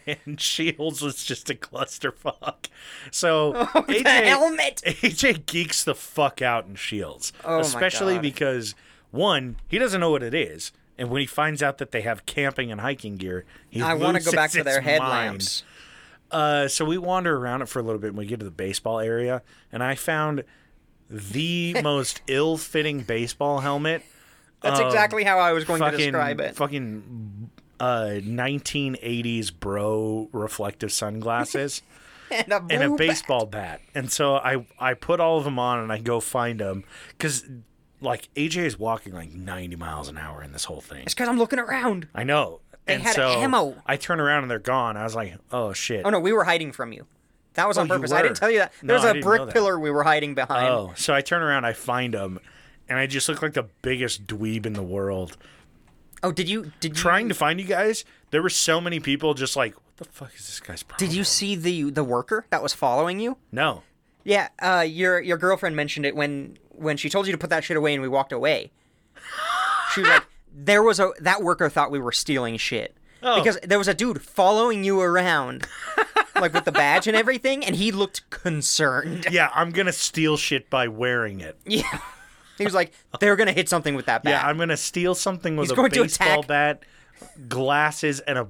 A: and Shields was just a clusterfuck. So AJ,
B: Oh, the helmet.
A: AJ geeks the fuck out in Shields,
B: Oh my
A: especially
B: God.
A: because one, he doesn't know what it is, and when he finds out that they have camping and hiking gear, he
B: I want to go
A: loses
B: back to their
A: his mind.
B: headlamps.
A: Uh, so we wander around it for a little bit, and we get to the baseball area, and I found the most ill-fitting baseball helmet.
B: That's exactly how I was going to
A: fucking,
B: describe it.
A: Fucking uh, 1980s bro reflective sunglasses
B: and a, blue
A: and a
B: ba-
A: baseball bat. And so I I put all of them on and I go find them because like AJ is walking like 90 miles an hour in this whole thing.
B: It's because I'm looking around.
A: I know. They and
B: had
A: so
B: ammo.
A: I turn around and they're gone. I was like, oh shit.
B: Oh no, we were hiding from you. That was on
A: Oh, you
B: purpose. I
A: were.
B: didn't tell you that.
A: No,
B: There was
A: I
B: a
A: didn't know
B: brick
A: that.
B: pillar we were hiding behind.
A: Oh, so I turn around, I find them, and I just look like the biggest dweeb in the world.
B: Oh, did you did you
A: Trying to find you guys, there were so many people just like, what the fuck is this guy's problem?
B: did you see the the worker that was following you?
A: No.
B: Yeah, uh, your your girlfriend mentioned it when when she told you to put that shit away and we walked away. She was like, "There was a that worker thought we were stealing shit
A: Oh.
B: because there was a dude following you around, like with the badge and everything, and he looked concerned.
A: Yeah, I'm gonna steal shit by wearing it.
B: Yeah, he was like, "They're gonna hit something with that
A: Yeah,
B: bat."
A: I'm gonna steal something with
B: He's
A: a
B: going to
A: baseball
B: attack-
A: bat, glasses, and a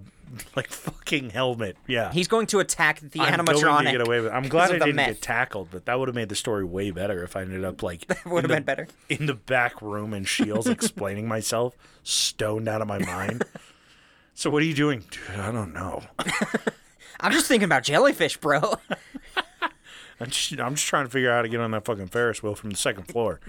A: like fucking helmet. Yeah,
B: He's going to attack the
A: I'm going to
B: animatronic.
A: get away with. it. I'm
B: because
A: glad
B: of
A: I
B: the
A: didn't
B: meth.
A: get tackled, but that would have made the story way better if I ended up like
B: Would
A: in
B: have
A: the-
B: been better.
A: in the back room in Shields explaining myself, stoned out of my mind. So what are you doing? Dude, I don't know.
B: I'm just thinking about jellyfish, bro.
A: I'm just, I'm just trying to figure out how to get on that fucking Ferris wheel from the second floor.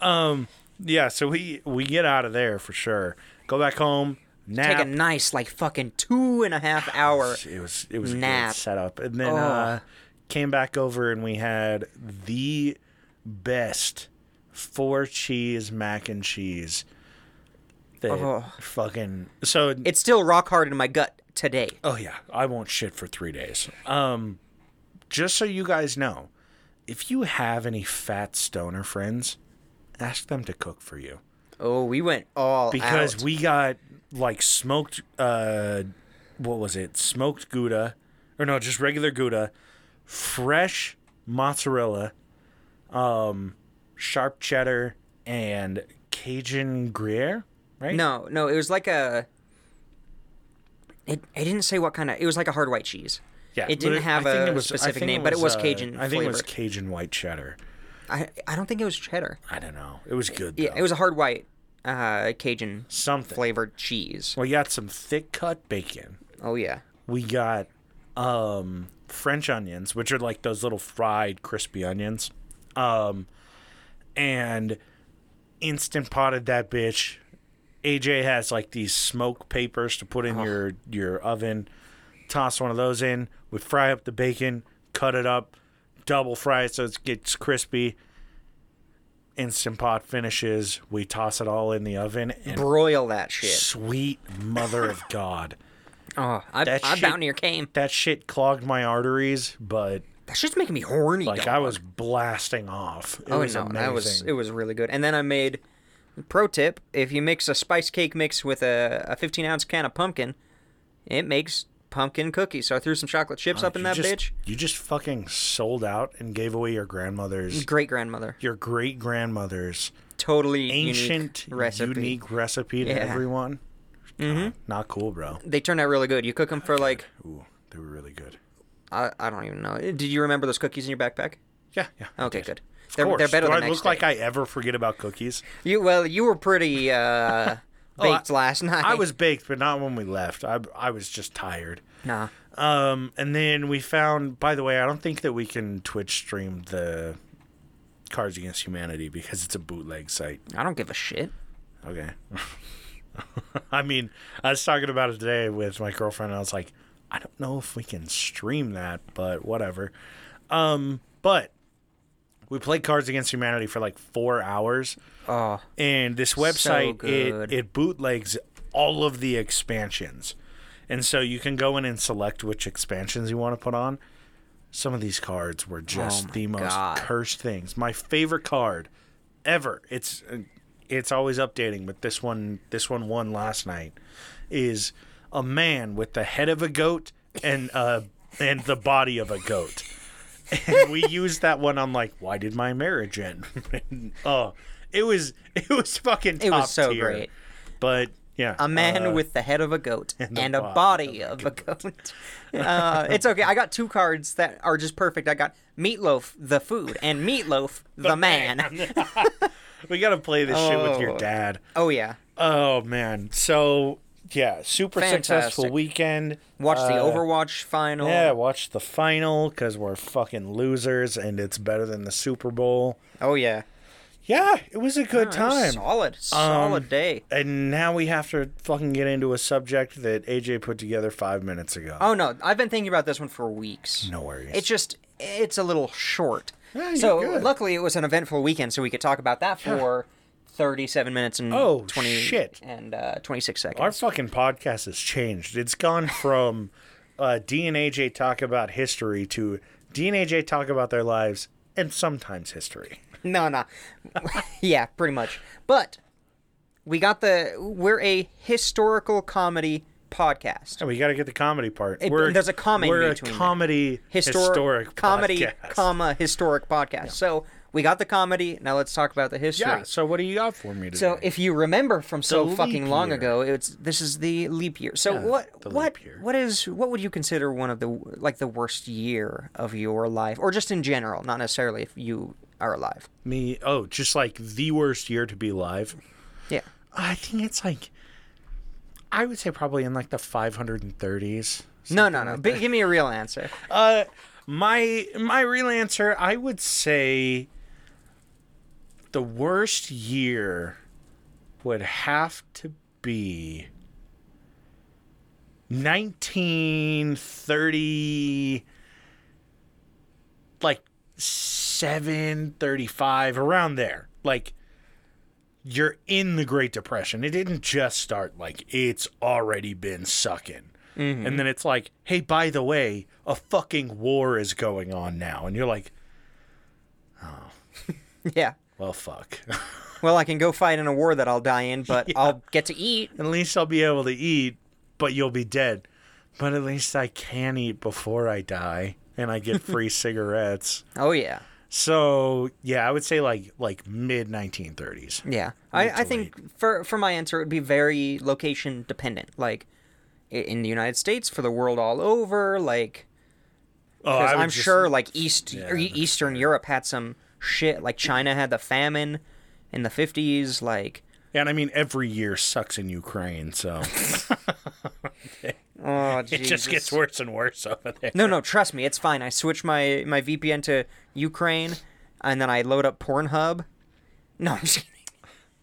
A: um, yeah, so we we get out of there for sure. Go back home. Nap.
B: Take a nice, like fucking two and a half hour.
A: it was it was a
B: Nap. Oh.
A: good setup, and then uh, came back over and we had the best four cheese mac and cheese. That
B: Oh.
A: fucking so
B: It's still rock hard in my gut today.
A: Oh yeah, I won't shit for three days. Um, just so you guys know, if you have any fat stoner friends, ask them to cook for you
B: Oh, we went all
A: because
B: out.
A: we got like smoked. Uh, what was it? Smoked gouda, or no, just regular gouda, fresh mozzarella, um, sharp cheddar, and Cajun Gruyere. Right?
B: no, no, it was like a. It, I didn't say what kind of. It was like a hard white cheese.
A: Yeah, but
B: It didn't have
A: I think
B: a
A: it was- I
B: specific
A: think
B: name, but it was
A: uh,
B: Cajun
A: I think it was
B: flavored.
A: Cajun white cheddar.
B: I I don't think it was cheddar.
A: I don't know. It was good.
B: Yeah,
A: though.
B: it was a hard white, uh, Cajun
A: something.
B: flavored cheese.
A: We got some thick cut bacon.
B: Oh yeah,
A: We got um, French onions, which are like those little fried crispy onions, um, and instant potted that bitch. AJ has like these smoke papers to put in your your oven. Toss one of those in. We fry up the bacon, cut it up, double fry it so it gets crispy. Instant pot finishes. We toss it all in the oven and
B: broil that shit.
A: Sweet mother of God.
B: Oh, I,
A: That
B: I
A: shit-
B: bound near came.
A: That shit clogged my arteries, but
B: That shit's making me horny.
A: like
B: dog.
A: I was blasting off. It
B: Oh
A: was
B: no,
A: amazing.
B: that was it was really good. And then I made pro tip: if you mix a spice cake mix with a, a 15 ounce can of pumpkin, it makes pumpkin cookies. So I threw some chocolate chips up in
A: Uh, You
B: that
A: just-
B: bitch.
A: You just fucking sold out and gave away your grandmother's,
B: Great grandmother,
A: your great grandmother's
B: totally
A: ancient,
B: unique recipe.
A: unique recipe to
B: Yeah. Mm-hmm.
A: everyone. Uh, not cool, bro.
B: They turned out really good. You cook them for like
A: Ooh, they were really good.
B: I, I don't even know. Did you remember those cookies in your backpack?
A: Yeah, yeah.
B: Okay, good.
A: Of
B: Oh, They're,
A: course.
B: they're better
A: Do
B: the
A: I
B: next
A: look
B: day.
A: like I ever forget about cookies?
B: You well, you were pretty uh, baked last night.
A: Oh, I was baked, but not when we left. I I was just tired.
B: nah.
A: Um, and then we found. By the way, I don't think that we can Twitch stream the Cards Against Humanity because it's a bootleg site.
B: I don't give a shit.
A: Okay. I mean, I was talking about it today with my girlfriend. And I was like, I don't know if we can stream that, but whatever. Um, but we played Cards Against Humanity for like four hours,
B: Oh,
A: and this website
B: good.
A: it it bootlegs all of the expansions, and so you can go in and select which expansions you want to put on. Some of these cards were just
B: Oh my
A: the most
B: God.
A: cursed things. My favorite card ever. It's uh, it's always updating, but this one this one won last night is a man with the head of a goat and uh and the body of a goat. And we used that one on like why did my marriage end? oh, it was it was fucking top
B: it was so
A: tier.
B: great.
A: But yeah,
B: A man
A: uh,
B: with the head of a goat and,
A: the
B: a
A: body
B: body of a goat. uh, it's okay. I got two cards that are just perfect. I got Meatloaf the food and Meatloaf the, man.
A: we got to play this shit with your
B: Oh.
A: dad.
B: Oh yeah.
A: Oh man, so yeah, super successful
B: Fantastic.
A: weekend.
B: Watch the
A: Uh,
B: Overwatch final.
A: Yeah, watch the final because we're fucking losers and it's better than the Super Bowl.
B: Oh yeah.
A: Yeah, it was a good
B: It was
A: time.
B: Solid. Solid
A: Um,
B: day.
A: and now we have to fucking get into a subject that AJ put together five minutes ago.
B: Oh no, I've been thinking about this one for weeks.
A: no worries.
B: It's just it's a little short.
A: Yeah, you're
B: so
A: good.
B: luckily it was an eventful weekend, so we could talk about that for thirty-seven minutes and
A: Oh,
B: 20
A: shit.
B: and uh, twenty-six seconds.
A: Our fucking podcast has changed. It's gone from uh, D and AJ talk about history to D and AJ talk about their lives and sometimes history.
B: No, no. yeah, pretty much. But we got the we're a historical comedy podcast.
A: And we got to get the comedy part.
B: It-
A: we're,
B: there's a comma in
A: We're
B: between
A: a
B: there.
A: comedy
B: Histor-
A: historic
B: comedy,
A: podcast.
B: comma historic podcast. So we got the comedy. Now let's talk about the history.
A: yeah. So what do you got for me today?
B: So if you remember from so
A: The
B: fucking
A: leap
B: long
A: year.
B: ago, it's this is the leap year. So what
A: the
B: what
A: leap year.
B: what is what would you consider one of the like the worst year of your life, or just in general, not necessarily if you are alive.
A: me, oh, just like the worst year to be alive.
B: Yeah.
A: I think it's like, I would say probably in like the 530s.
B: No, no, no. But give me a real answer.
A: Uh, my my real answer, I would say, the worst year would have to be 1930, like seven thirty-five around there. Like you're in the Great Depression. It didn't just start like it's already been sucking.
B: Mm-hmm.
A: And then it's like, hey, by the way, a fucking war is going on now. And you're like,
B: Yeah.
A: well, fuck.
B: Well, I can go fight in a war that I'll die in, but I'll get to eat.
A: at least I'll be able to eat, but you'll be dead. But at least I can eat before I die and I get free cigarettes.
B: Oh yeah,
A: So, yeah, I would say like like mid 1930s.
B: yeah. I, I think for for my answer, it would be very location dependent. Like i- in the United States, for the world all over. Like
A: Oh,
B: 'cause
A: I would
B: I'm
A: just-
B: sure like East or E,
A: that's
B: Eastern Europe had some shit. Like China had the famine in the fifties. Like
A: And I mean, every year sucks in Ukraine, so
B: oh,
A: it just gets worse and worse over there.
B: No, no, trust me, it's fine. I switch my my VPN to Ukraine, and then I load up Pornhub. No, I'm just kidding.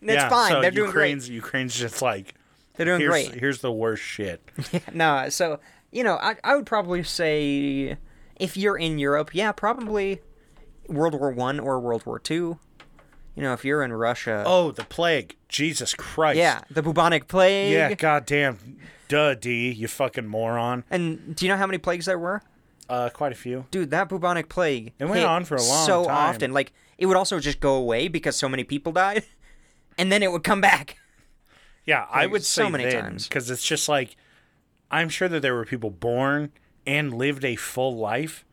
B: It's
A: Yeah,
B: fine.
A: so
B: They're doing great.
A: Ukraine's, Ukraine's just like,
B: They're doing
A: here's,
B: great.
A: here's the worst shit.
B: No, so you know, I I would probably say if you're in Europe, yeah, probably World War One or World War Two. You know, if you're in Russia,
A: Oh, the plague. Oh, Jesus Christ.
B: yeah, the bubonic plague.
A: Yeah, goddamn. Duh, D, you fucking moron.
B: And do you know how many plagues there were?
A: Uh, quite a few.
B: Dude, that bubonic plague.
A: It went
B: hit
A: on for a long
B: so
A: time.
B: often. Like it would also just go away because so many people died, and then it would come back.
A: Yeah, I
B: Like,
A: would say
B: so many times.
A: because it's just like I'm sure that there were people born and lived a full life,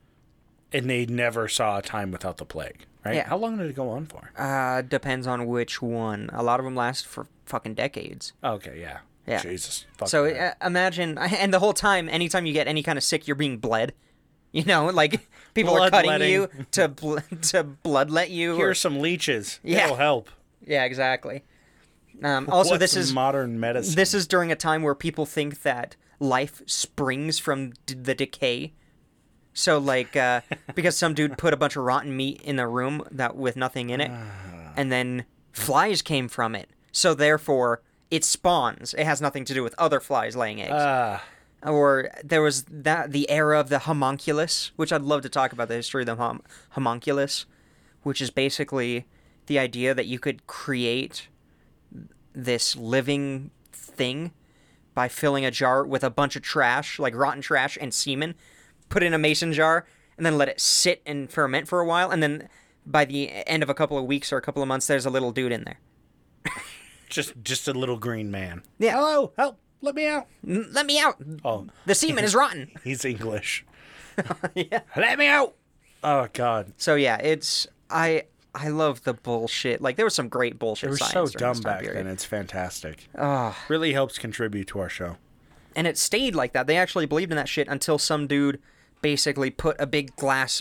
A: and they never saw a time without the plague. Right?
B: Yeah.
A: How long did it go on for?
B: Uh, depends on which one. A lot of them last for fucking decades.
A: Okay, yeah.
B: Yeah.
A: Jesus. Fuck
B: So
A: that.
B: uh, imagine, and the whole time, anytime you get any kind of sick, you're being bled. You know, like people are cutting you
A: Bloodletting.
B: to bl- to bloodlet you. or-
A: here are some leeches.
B: Yeah.
A: It'll help.
B: yeah, exactly. Um, also,
A: What's
B: this is
A: modern medicine.
B: this is during a time where people think that life springs from d- the decay. So, like, uh, because some dude put a bunch of rotten meat in the room that with nothing in it, and then flies came from it. So therefore, it spawns. It has nothing to do with other flies laying eggs.
A: Ah,
B: or there was that the era of the homunculus, which I'd love to talk about the history of the hom- homunculus, which is basically the idea that you could create this living thing by filling a jar with a bunch of trash, like rotten trash and semen, put it in a mason jar, and then let it sit and ferment for a while, and then by the end of a couple of weeks or a couple of months, there's a little dude in there.
A: just just a little green man.
B: Yeah.
A: Hello, help, let me out.
B: "N- Let me out!
A: Oh,
B: The semen is rotten.
A: he's English.
B: Yeah.
A: Let me out. Oh God,
B: So yeah, it's I I love the bullshit. Like there was some great bullshit.
A: we're so
B: science during
A: dumb
B: this time
A: back
B: period. Ah.
A: then. It's fantastic. Really helps contribute to our show.
B: And it stayed like that. They actually believed in that shit until some dude basically put a big glass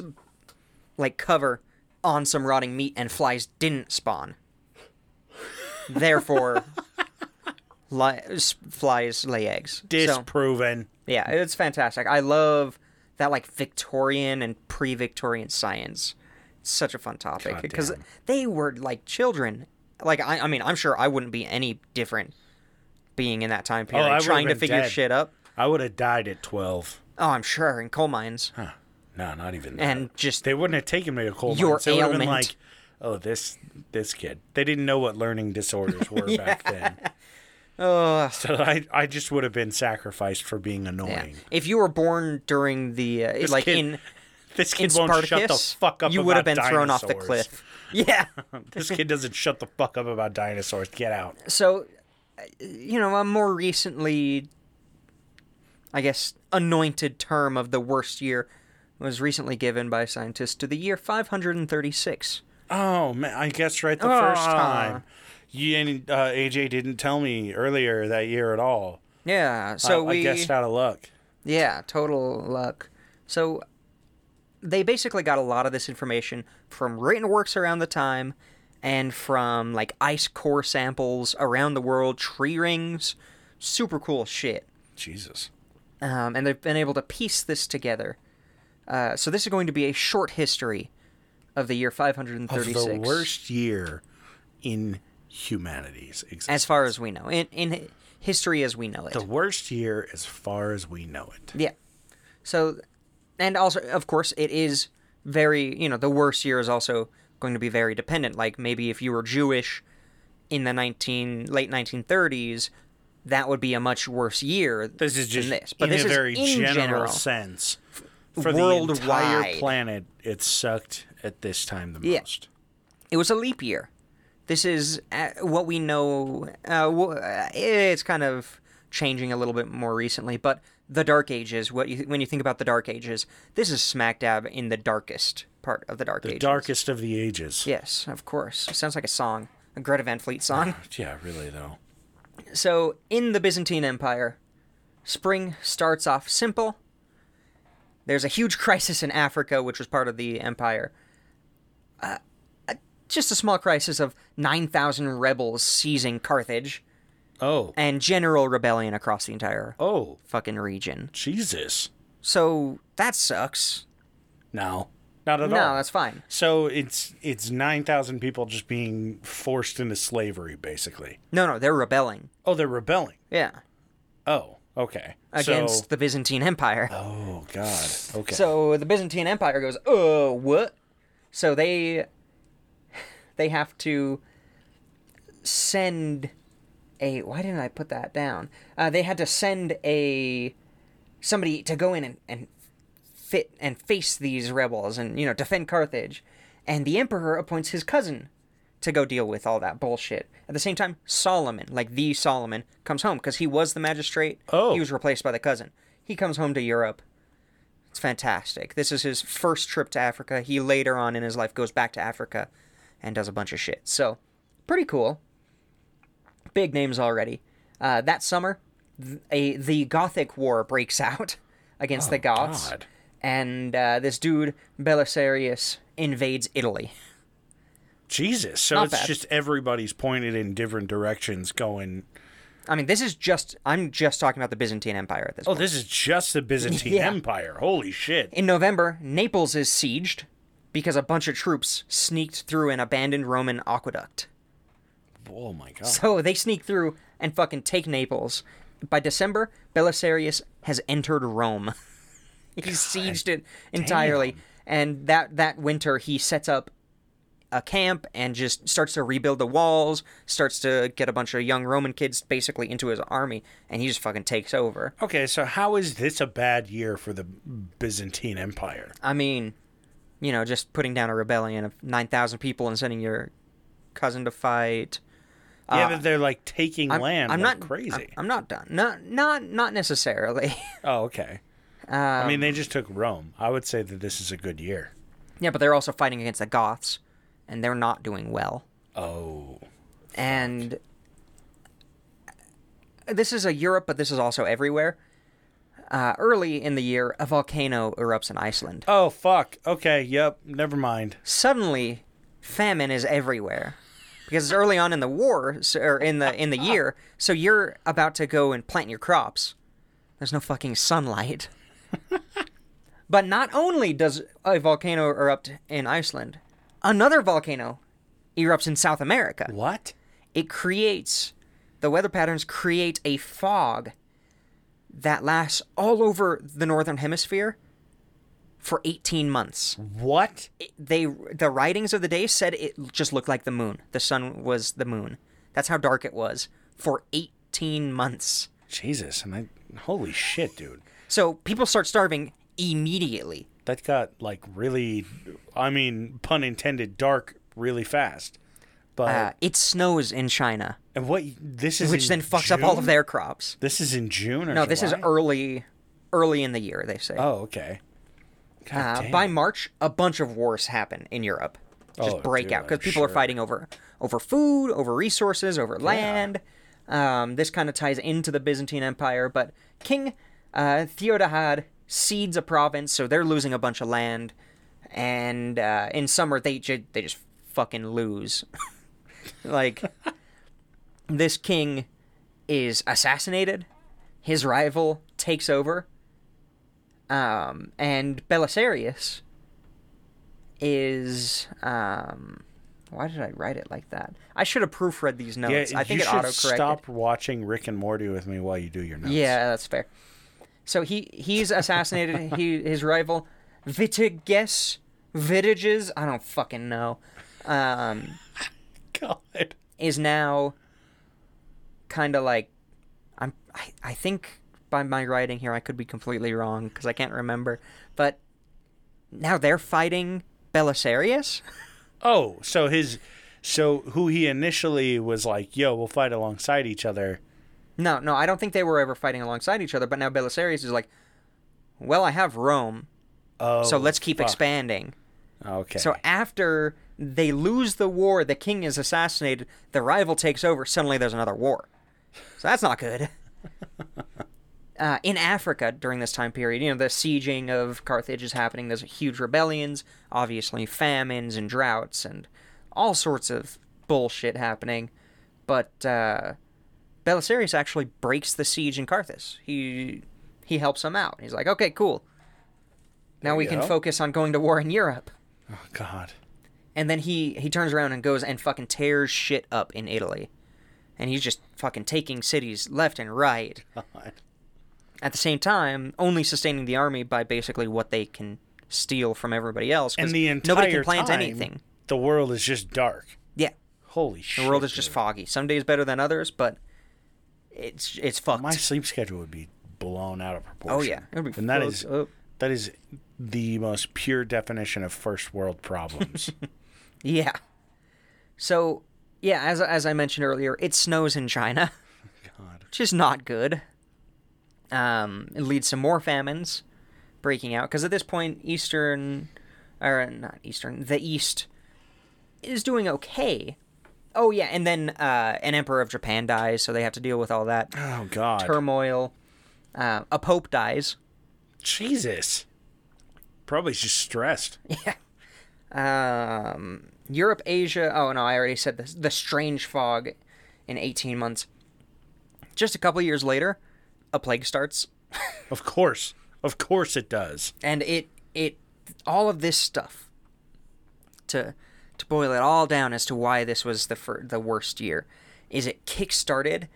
B: like cover on some rotting meat and flies didn't spawn. Therefore, li- s- flies lay eggs. So,
A: Disproven.
B: yeah, it's fantastic. I love that like Victorian and pre-Victorian science. It's such a fun topic because
A: Goddamn.
B: they were like children. Like I, I mean, I'm sure I wouldn't be any different being in that time period,
A: Oh, I would've
B: trying to
A: been
B: figure
A: dead.
B: shit up.
A: I would have died at twelve.
B: Oh, I'm sure in coal mines
A: Uh-huh. No, not even. That.
B: and just
A: they wouldn't have taken me to coal
B: Your
A: mines. They would have been
B: ailment.
A: like, "Oh, this this kid." They didn't know what learning disorders were back then. So I I just would have been sacrificed for being
B: yeah.
A: annoying.
B: if you were born during the uh, like
A: kid-
B: in
A: This
B: in
A: kid won't
B: Spartacus,
A: shut the fuck up.
B: you would have been
A: about
B: thrown off the
A: dinosaurs.
B: cliff. Yeah.
A: this kid doesn't shut the fuck up about dinosaurs. Get out.
B: so uh, you know a more recently i guess anointed term of the worst year was recently given by scientists to the year 536
A: Oh man, I guess right the first
B: Aw.
A: time. You and uh, AJ didn't tell me earlier that year at all.
B: yeah so
A: I,
B: we
A: I guessed out of luck.
B: yeah total luck so they basically got a lot of this information from written works around the time and from like ice core samples around the world tree rings super cool shit
A: Jesus.
B: um, and they've been able to piece this together. Uh, so this is going to be a short history of the year 536,
A: The worst year in humanity's existence.
B: as far as we know, in in hi- history as we know it.
A: the worst year as far as we know it.
B: yeah. So, and also, of course, it is very you know the worst year is also going to be very dependent. Like maybe if you were Jewish in the 19 late 1930s, that would be a much worse year.
A: This is just
B: than this, but
A: in
B: this
A: a
B: is
A: very
B: in
A: general,
B: general.
A: sense. For the entire
B: Worldwide.
A: planet, it sucked at this time the
B: Yeah.
A: most.
B: it was a leap year. This is uh, what we know. Uh, wh- uh, it's kind of changing a little bit more recently, but the Dark Ages. What you when you think about the Dark Ages, this is smack dab in the darkest part of the Dark Ages.
A: Darkest of the ages.
B: Yes, of course. sounds like a song, a Greta Van Fleet song.
A: yeah really though.
B: so in the Byzantine Empire, spring starts off simple. There's a huge crisis in Africa, which was part of the empire. Uh, uh, just a small crisis of 9,000 rebels seizing Carthage
A: Oh.
B: and general rebellion across the entire
A: Oh.
B: fucking region.
A: Jesus.
B: So that sucks.
A: No. Not at
B: No,
A: all.
B: that's fine.
A: So it's it's nine thousand people just being forced into slavery, basically.
B: No, no, they're rebelling.
A: Oh, they're rebelling.
B: Yeah.
A: Oh, okay.
B: Against
A: So,
B: the Byzantine Empire.
A: oh God. Okay.
B: So the Byzantine Empire goes, "Oh, what?" So they they have to send a why didn't I put that down? Uh, they had to send a somebody to go in and, and fit and face these rebels and you know defend Carthage, and the emperor appoints his cousin to go deal with all that bullshit. At the same time, Solomon, like the Solomon, comes home because he was the magistrate.
A: Oh.
B: he was replaced by the cousin. He comes home to Europe. It's fantastic. This is his first trip to Africa. He later on in his life goes back to Africa and does a bunch of shit. So, pretty cool. Big names already. Uh, that summer, th- a the Gothic War breaks out against the Goths,
A: God.
B: and uh, this dude Belisarius invades Italy.
A: Jesus. So
B: Not
A: it's
B: bad.
A: just everybody's pointed in different directions going,
B: I mean, this is just I'm just talking about the Byzantine Empire at this
A: oh,
B: point.
A: this is just the Byzantine
B: Yeah.
A: Empire. Holy shit.
B: In November, Naples is sieged because a bunch of troops sneaked through an abandoned Roman aqueduct.
A: Oh, my God.
B: So they sneak through and fucking take Naples. By December, Belisarius has entered Rome. he sieged it entirely. And that, that winter, he sets up a camp and just starts to rebuild the walls, starts to get a bunch of young Roman kids basically into his army, and he just fucking takes over.
A: Okay, so how is this a bad year for the Byzantine Empire?
B: I mean, you know, just putting down a rebellion of 9,000 people and sending your cousin to fight.
A: yeah, but they're like taking
B: Uh, I'm-
A: land
B: I'm
A: like
B: not
A: crazy.
B: I'm, I'm not done. Not not not necessarily.
A: oh, okay. I mean, they just took Rome. I would say that this is a good year.
B: yeah, but they're also fighting against the Goths, and they're not doing well.
A: Oh.
B: And this is a Europe, but this is also everywhere. Uh, early in the year, a volcano erupts in Iceland.
A: Oh, fuck. Okay, yep. Never mind.
B: suddenly famine is everywhere because it's early on in the war so, or in the in the year so you're about to go and plant your crops there's no fucking sunlight but not only does a volcano erupt in Iceland another volcano erupts in South America
A: What?
B: it creates the weather patterns create a fog that lasts all over the northern hemisphere for 18 months
A: What?
B: it- they the writings of the day said it just looked like the moon. The sun was the moon. That's how dark it was for 18 months.
A: Jesus. And I. Holy shit, dude.
B: So people start starving immediately.
A: That got like really. I mean, pun intended, dark really fast. But.
B: Uh, it snows in China,
A: and what? This Oh. is.
B: which
A: in
B: then fucks up all of
A: June?
B: their crops.
A: This is in June or
B: No, this is
A: July?
B: early early in the year, they say.
A: Oh, okay. God
B: Uh,
A: damn.
B: by March, a bunch of wars happen in Europe. Just
A: Oh,
B: break out
A: dude,
B: because
A: I'm
B: people are
A: sure.
B: fighting over over food, over resources, over land. Um, this kind of ties into the Byzantine Empire, but King uh, Theodahad cedes a province, so they're losing a bunch of land. And uh, in summer, they ju- they just fucking lose. like this king is assassinated, his rival takes over, um, and Belisarius is um, why did I write it like that? I should have proofread these notes. I think
A: you
B: it
A: should
B: autocorrected.
A: stop watching Rick and Morty with me while you do your notes.
B: Yeah, that's fair. So he he's assassinated. he his rival Vitiges Vitiges. I don't fucking know. Um,
A: God.
B: is now kind of like I'm I, I think by my writing here I could be completely wrong cuz I can't remember but now they're fighting Belisarius
A: Oh, so his, so who he initially was like, yo, we'll fight alongside each other.
B: no no I don't think they were ever fighting alongside each other but now Belisarius is like well I have Rome
A: Oh,
B: so let's keep
A: fuck.
B: expanding
A: Okay.
B: so after they lose the war the king is assassinated the rival takes over suddenly there's another war so that's not good uh, in Africa during this time period. You know, the sieging of Carthage is happening. There's huge rebellions, obviously famines and droughts and all sorts of bullshit happening. But uh, Belisarius actually breaks the siege in Carthage. He he helps them out. He's like, okay, cool. Now we
A: you
B: can
A: go.
B: focus on going to war in Europe.
A: oh, God.
B: And then he he turns around and goes and fucking tears shit up in Italy. And he's just fucking taking cities left and right
A: God.
B: at the same time only sustaining the army by basically what they can steal from everybody else 'cause
A: And the entire
B: nobody can plant
A: time,
B: anything
A: The world is just dark.
B: yeah
A: Holy shit.
B: the world is just foggy some days better than others but it's it's fucked.
A: My sleep schedule would be blown out of proportion.
B: oh yeah, it would be
A: and that
B: fucked
A: is
B: up.
A: that is the most pure definition of first world problems.
B: yeah. So yeah, as as I mentioned earlier, it snows in China.
A: God.
B: which is not good. Um, it leads to more famines breaking out because at this point, Eastern, or not Eastern, the East is doing okay. Oh yeah, and then uh, an emperor of Japan dies, so they have to deal with all that
A: Oh God.
B: turmoil. Uh, a pope dies.
A: Jesus. Probably just stressed.
B: Um, Europe, Asia. Oh no, I already said this. The strange fog in 18 months. Just a couple years later, a plague starts.
A: Of course. Of course it does.
B: and it it all of this stuff to to boil it all down as to why this was the fir- the worst year is it kickstarted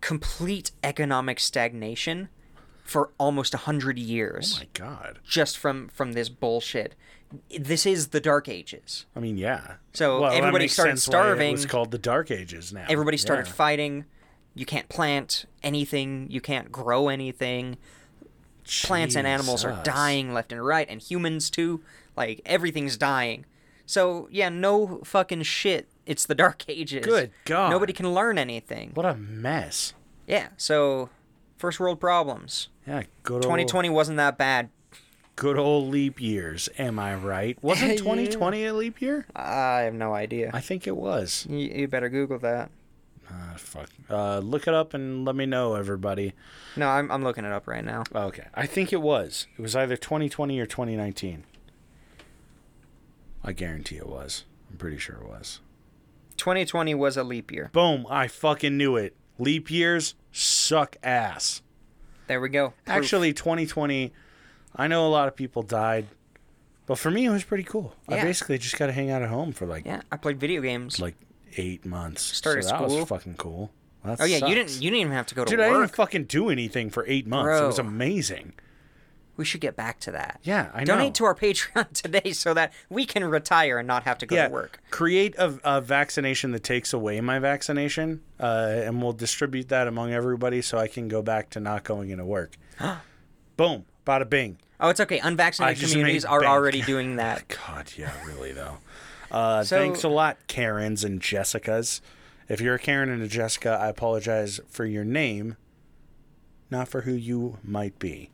B: complete economic stagnation for almost 100 years
A: Oh My God.
B: just from from this bullshit this is the dark ages
A: I mean, yeah.
B: So
A: that
B: everybody
A: makes
B: started
A: sense why
B: starving.
A: It was called the Dark Ages now.
B: everybody started
A: Yeah.
B: fighting you can't plant anything you can't grow anything plants and animals are
A: Jesus.
B: dying left and right and humans too like everything's dying so yeah no fucking shit it's the dark ages
A: Good God.
B: nobody can learn anything
A: What a mess.
B: yeah so first world problems
A: Yeah. Good old,
B: 2020 wasn't that bad
A: good old leap years. Am I right? Wasn't
B: Yeah.
A: 2020 a leap year?
B: i have no idea
A: I think it was.
B: you, you better google that
A: Ah, fuck. Uh, look it up and let me know, everybody.
B: no I'm, I'm looking it up right now
A: Okay. I think it was. It was either 2020 or 2019. I guarantee it was. I'm pretty sure it was.
B: 2020 was a leap year
A: Boom. I fucking knew it. Leap years suck ass.
B: there we go Proof.
A: Actually, 2020, I know a lot of people died, but for me, it was pretty cool. I
B: Yeah.
A: basically just got to hang out at home for like
B: yeah i played video games
A: like eight months.
B: Started
A: so that
B: school.
A: was fucking cool. That
B: oh yeah
A: sucks.
B: you didn't you didn't even have to go to
A: Dude, I
B: work
A: didn't fucking do anything for eight months. It
B: Bro.
A: was amazing.
B: we should get back to that
A: Yeah, I know.
B: Donate to our Patreon today so that we can retire and not have to go
A: yeah,
B: to work.
A: Create a, a vaccination that takes away my vaccination, uh, and we'll distribute that among everybody so I can go back to not going into work. Boom. Bada bing.
B: Oh, it's okay.
A: I
B: Unvaccinated
A: just
B: communities
A: made
B: are
A: bank.
B: already doing that.
A: God, yeah, really though. Uh,
B: So-
A: thanks a lot, Karens and Jessicas. If you're a Karen and a Jessica, I apologize for your name, not for who you might be.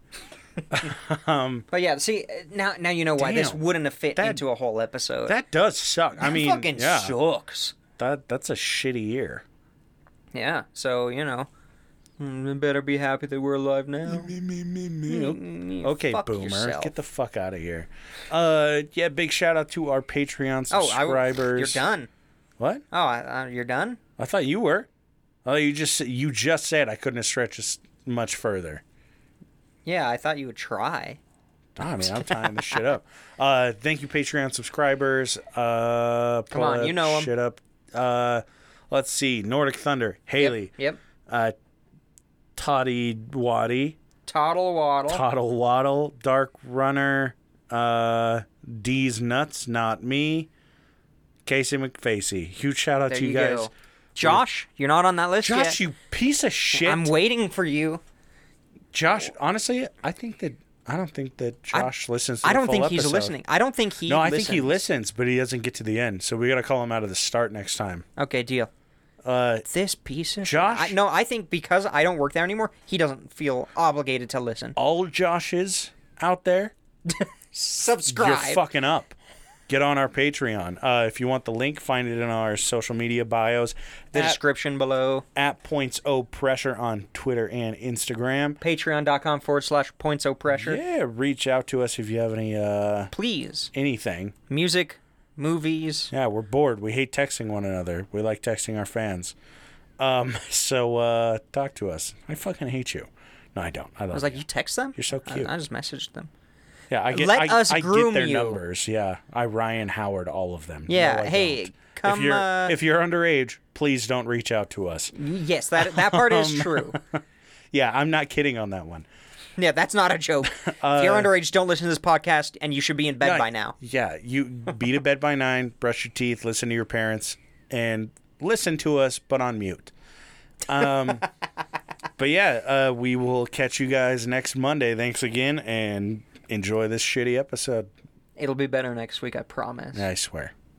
B: But yeah, see uh, now now you know why this
A: Damn.
B: wouldn't have fit
A: That-
B: into a whole episode.
A: That does suck. I mean,
B: fucking
A: yeah,
B: sucks.
A: that that's a shitty year.
B: Yeah. So you know, mm, we better be happy that we're alive now.
A: Mm, Okay,
B: Fuck
A: boomer,
B: yourself.
A: get the fuck out of here. Uh, yeah, big shout out to our Patreon
B: oh, I, w-
A: subscribers.
B: you're done.
A: What?
B: Oh, I, uh, you're done.
A: I thought you were. Oh, you just you just said I couldn't have stretched this much further.
B: Yeah, I thought you would try.
A: I mean, I'm tying this shit up. Uh, thank you, Patreon subscribers. Uh, pull
B: on,
A: that
B: you know 'em.
A: Shit up. Uh, let's see. Nordic Thunder, Haley,
B: Yep.
A: uh, Toddy Waddy,
B: Toddle waddle.
A: Toddle Waddle, Dark Runner, uh, D's Nuts, not me. Casey McFacey. Huge shout out
B: there
A: to you,
B: you
A: guys.
B: go. Josh, you're not on that list yet.
A: Josh, you piece of shit.
B: I'm waiting for you.
A: Josh, honestly, I think that I don't think that Josh listens. To
B: I
A: the
B: don't
A: full
B: think he's
A: episode.
B: listening. I don't think he.
A: No, I
B: listens.
A: think he listens, but he doesn't get to the end. So we got to call him out of the start next time.
B: Okay, deal.
A: Uh,
B: This piece of
A: Josh?
B: I, no, I think because I don't work there anymore, he doesn't feel obligated to listen.
A: all Joshes out there, you're
B: Subscribe.
A: fucking up. Get on our Patreon. Uh, if you want the link, find it in our social media bios.
B: the
A: at,
B: description below.
A: at points O pressure on Twitter and Instagram.
B: Patreon.com forward slash points o pressure.
A: Yeah, reach out to us if you have any uh,
B: Please.
A: anything.
B: Music, movies.
A: Yeah, we're bored. We hate texting one another. We like texting our fans. Um, so uh, talk to us. I fucking hate you. No, I don't. I love
B: I was like, you text them?
A: You're so
B: I-
A: cute.
B: I, just messaged them.
A: Yeah, I get.
B: Let
A: I,
B: us
A: I get
B: groom
A: their
B: you.
A: numbers. Yeah, I Ryan Howard all of them. No,
B: Yeah,
A: I
B: hey,
A: don't.
B: come,
A: If you're
B: uh,
A: if you're underage, please don't reach out to us.
B: Yes, that that part
A: Um,
B: is true.
A: Yeah, I'm not kidding on that one.
B: Yeah, that's not a joke. if
A: Uh,
B: you're underage, don't listen to this podcast, and you should be in bed by now.
A: Yeah, you be to bed by nine, brush your teeth, listen to your parents, and listen to us, but on mute. Um, but yeah, uh, we will catch you guys next Monday. Thanks again, and enjoy this shitty episode.
B: It'll be better next week, I promise.
A: I swear.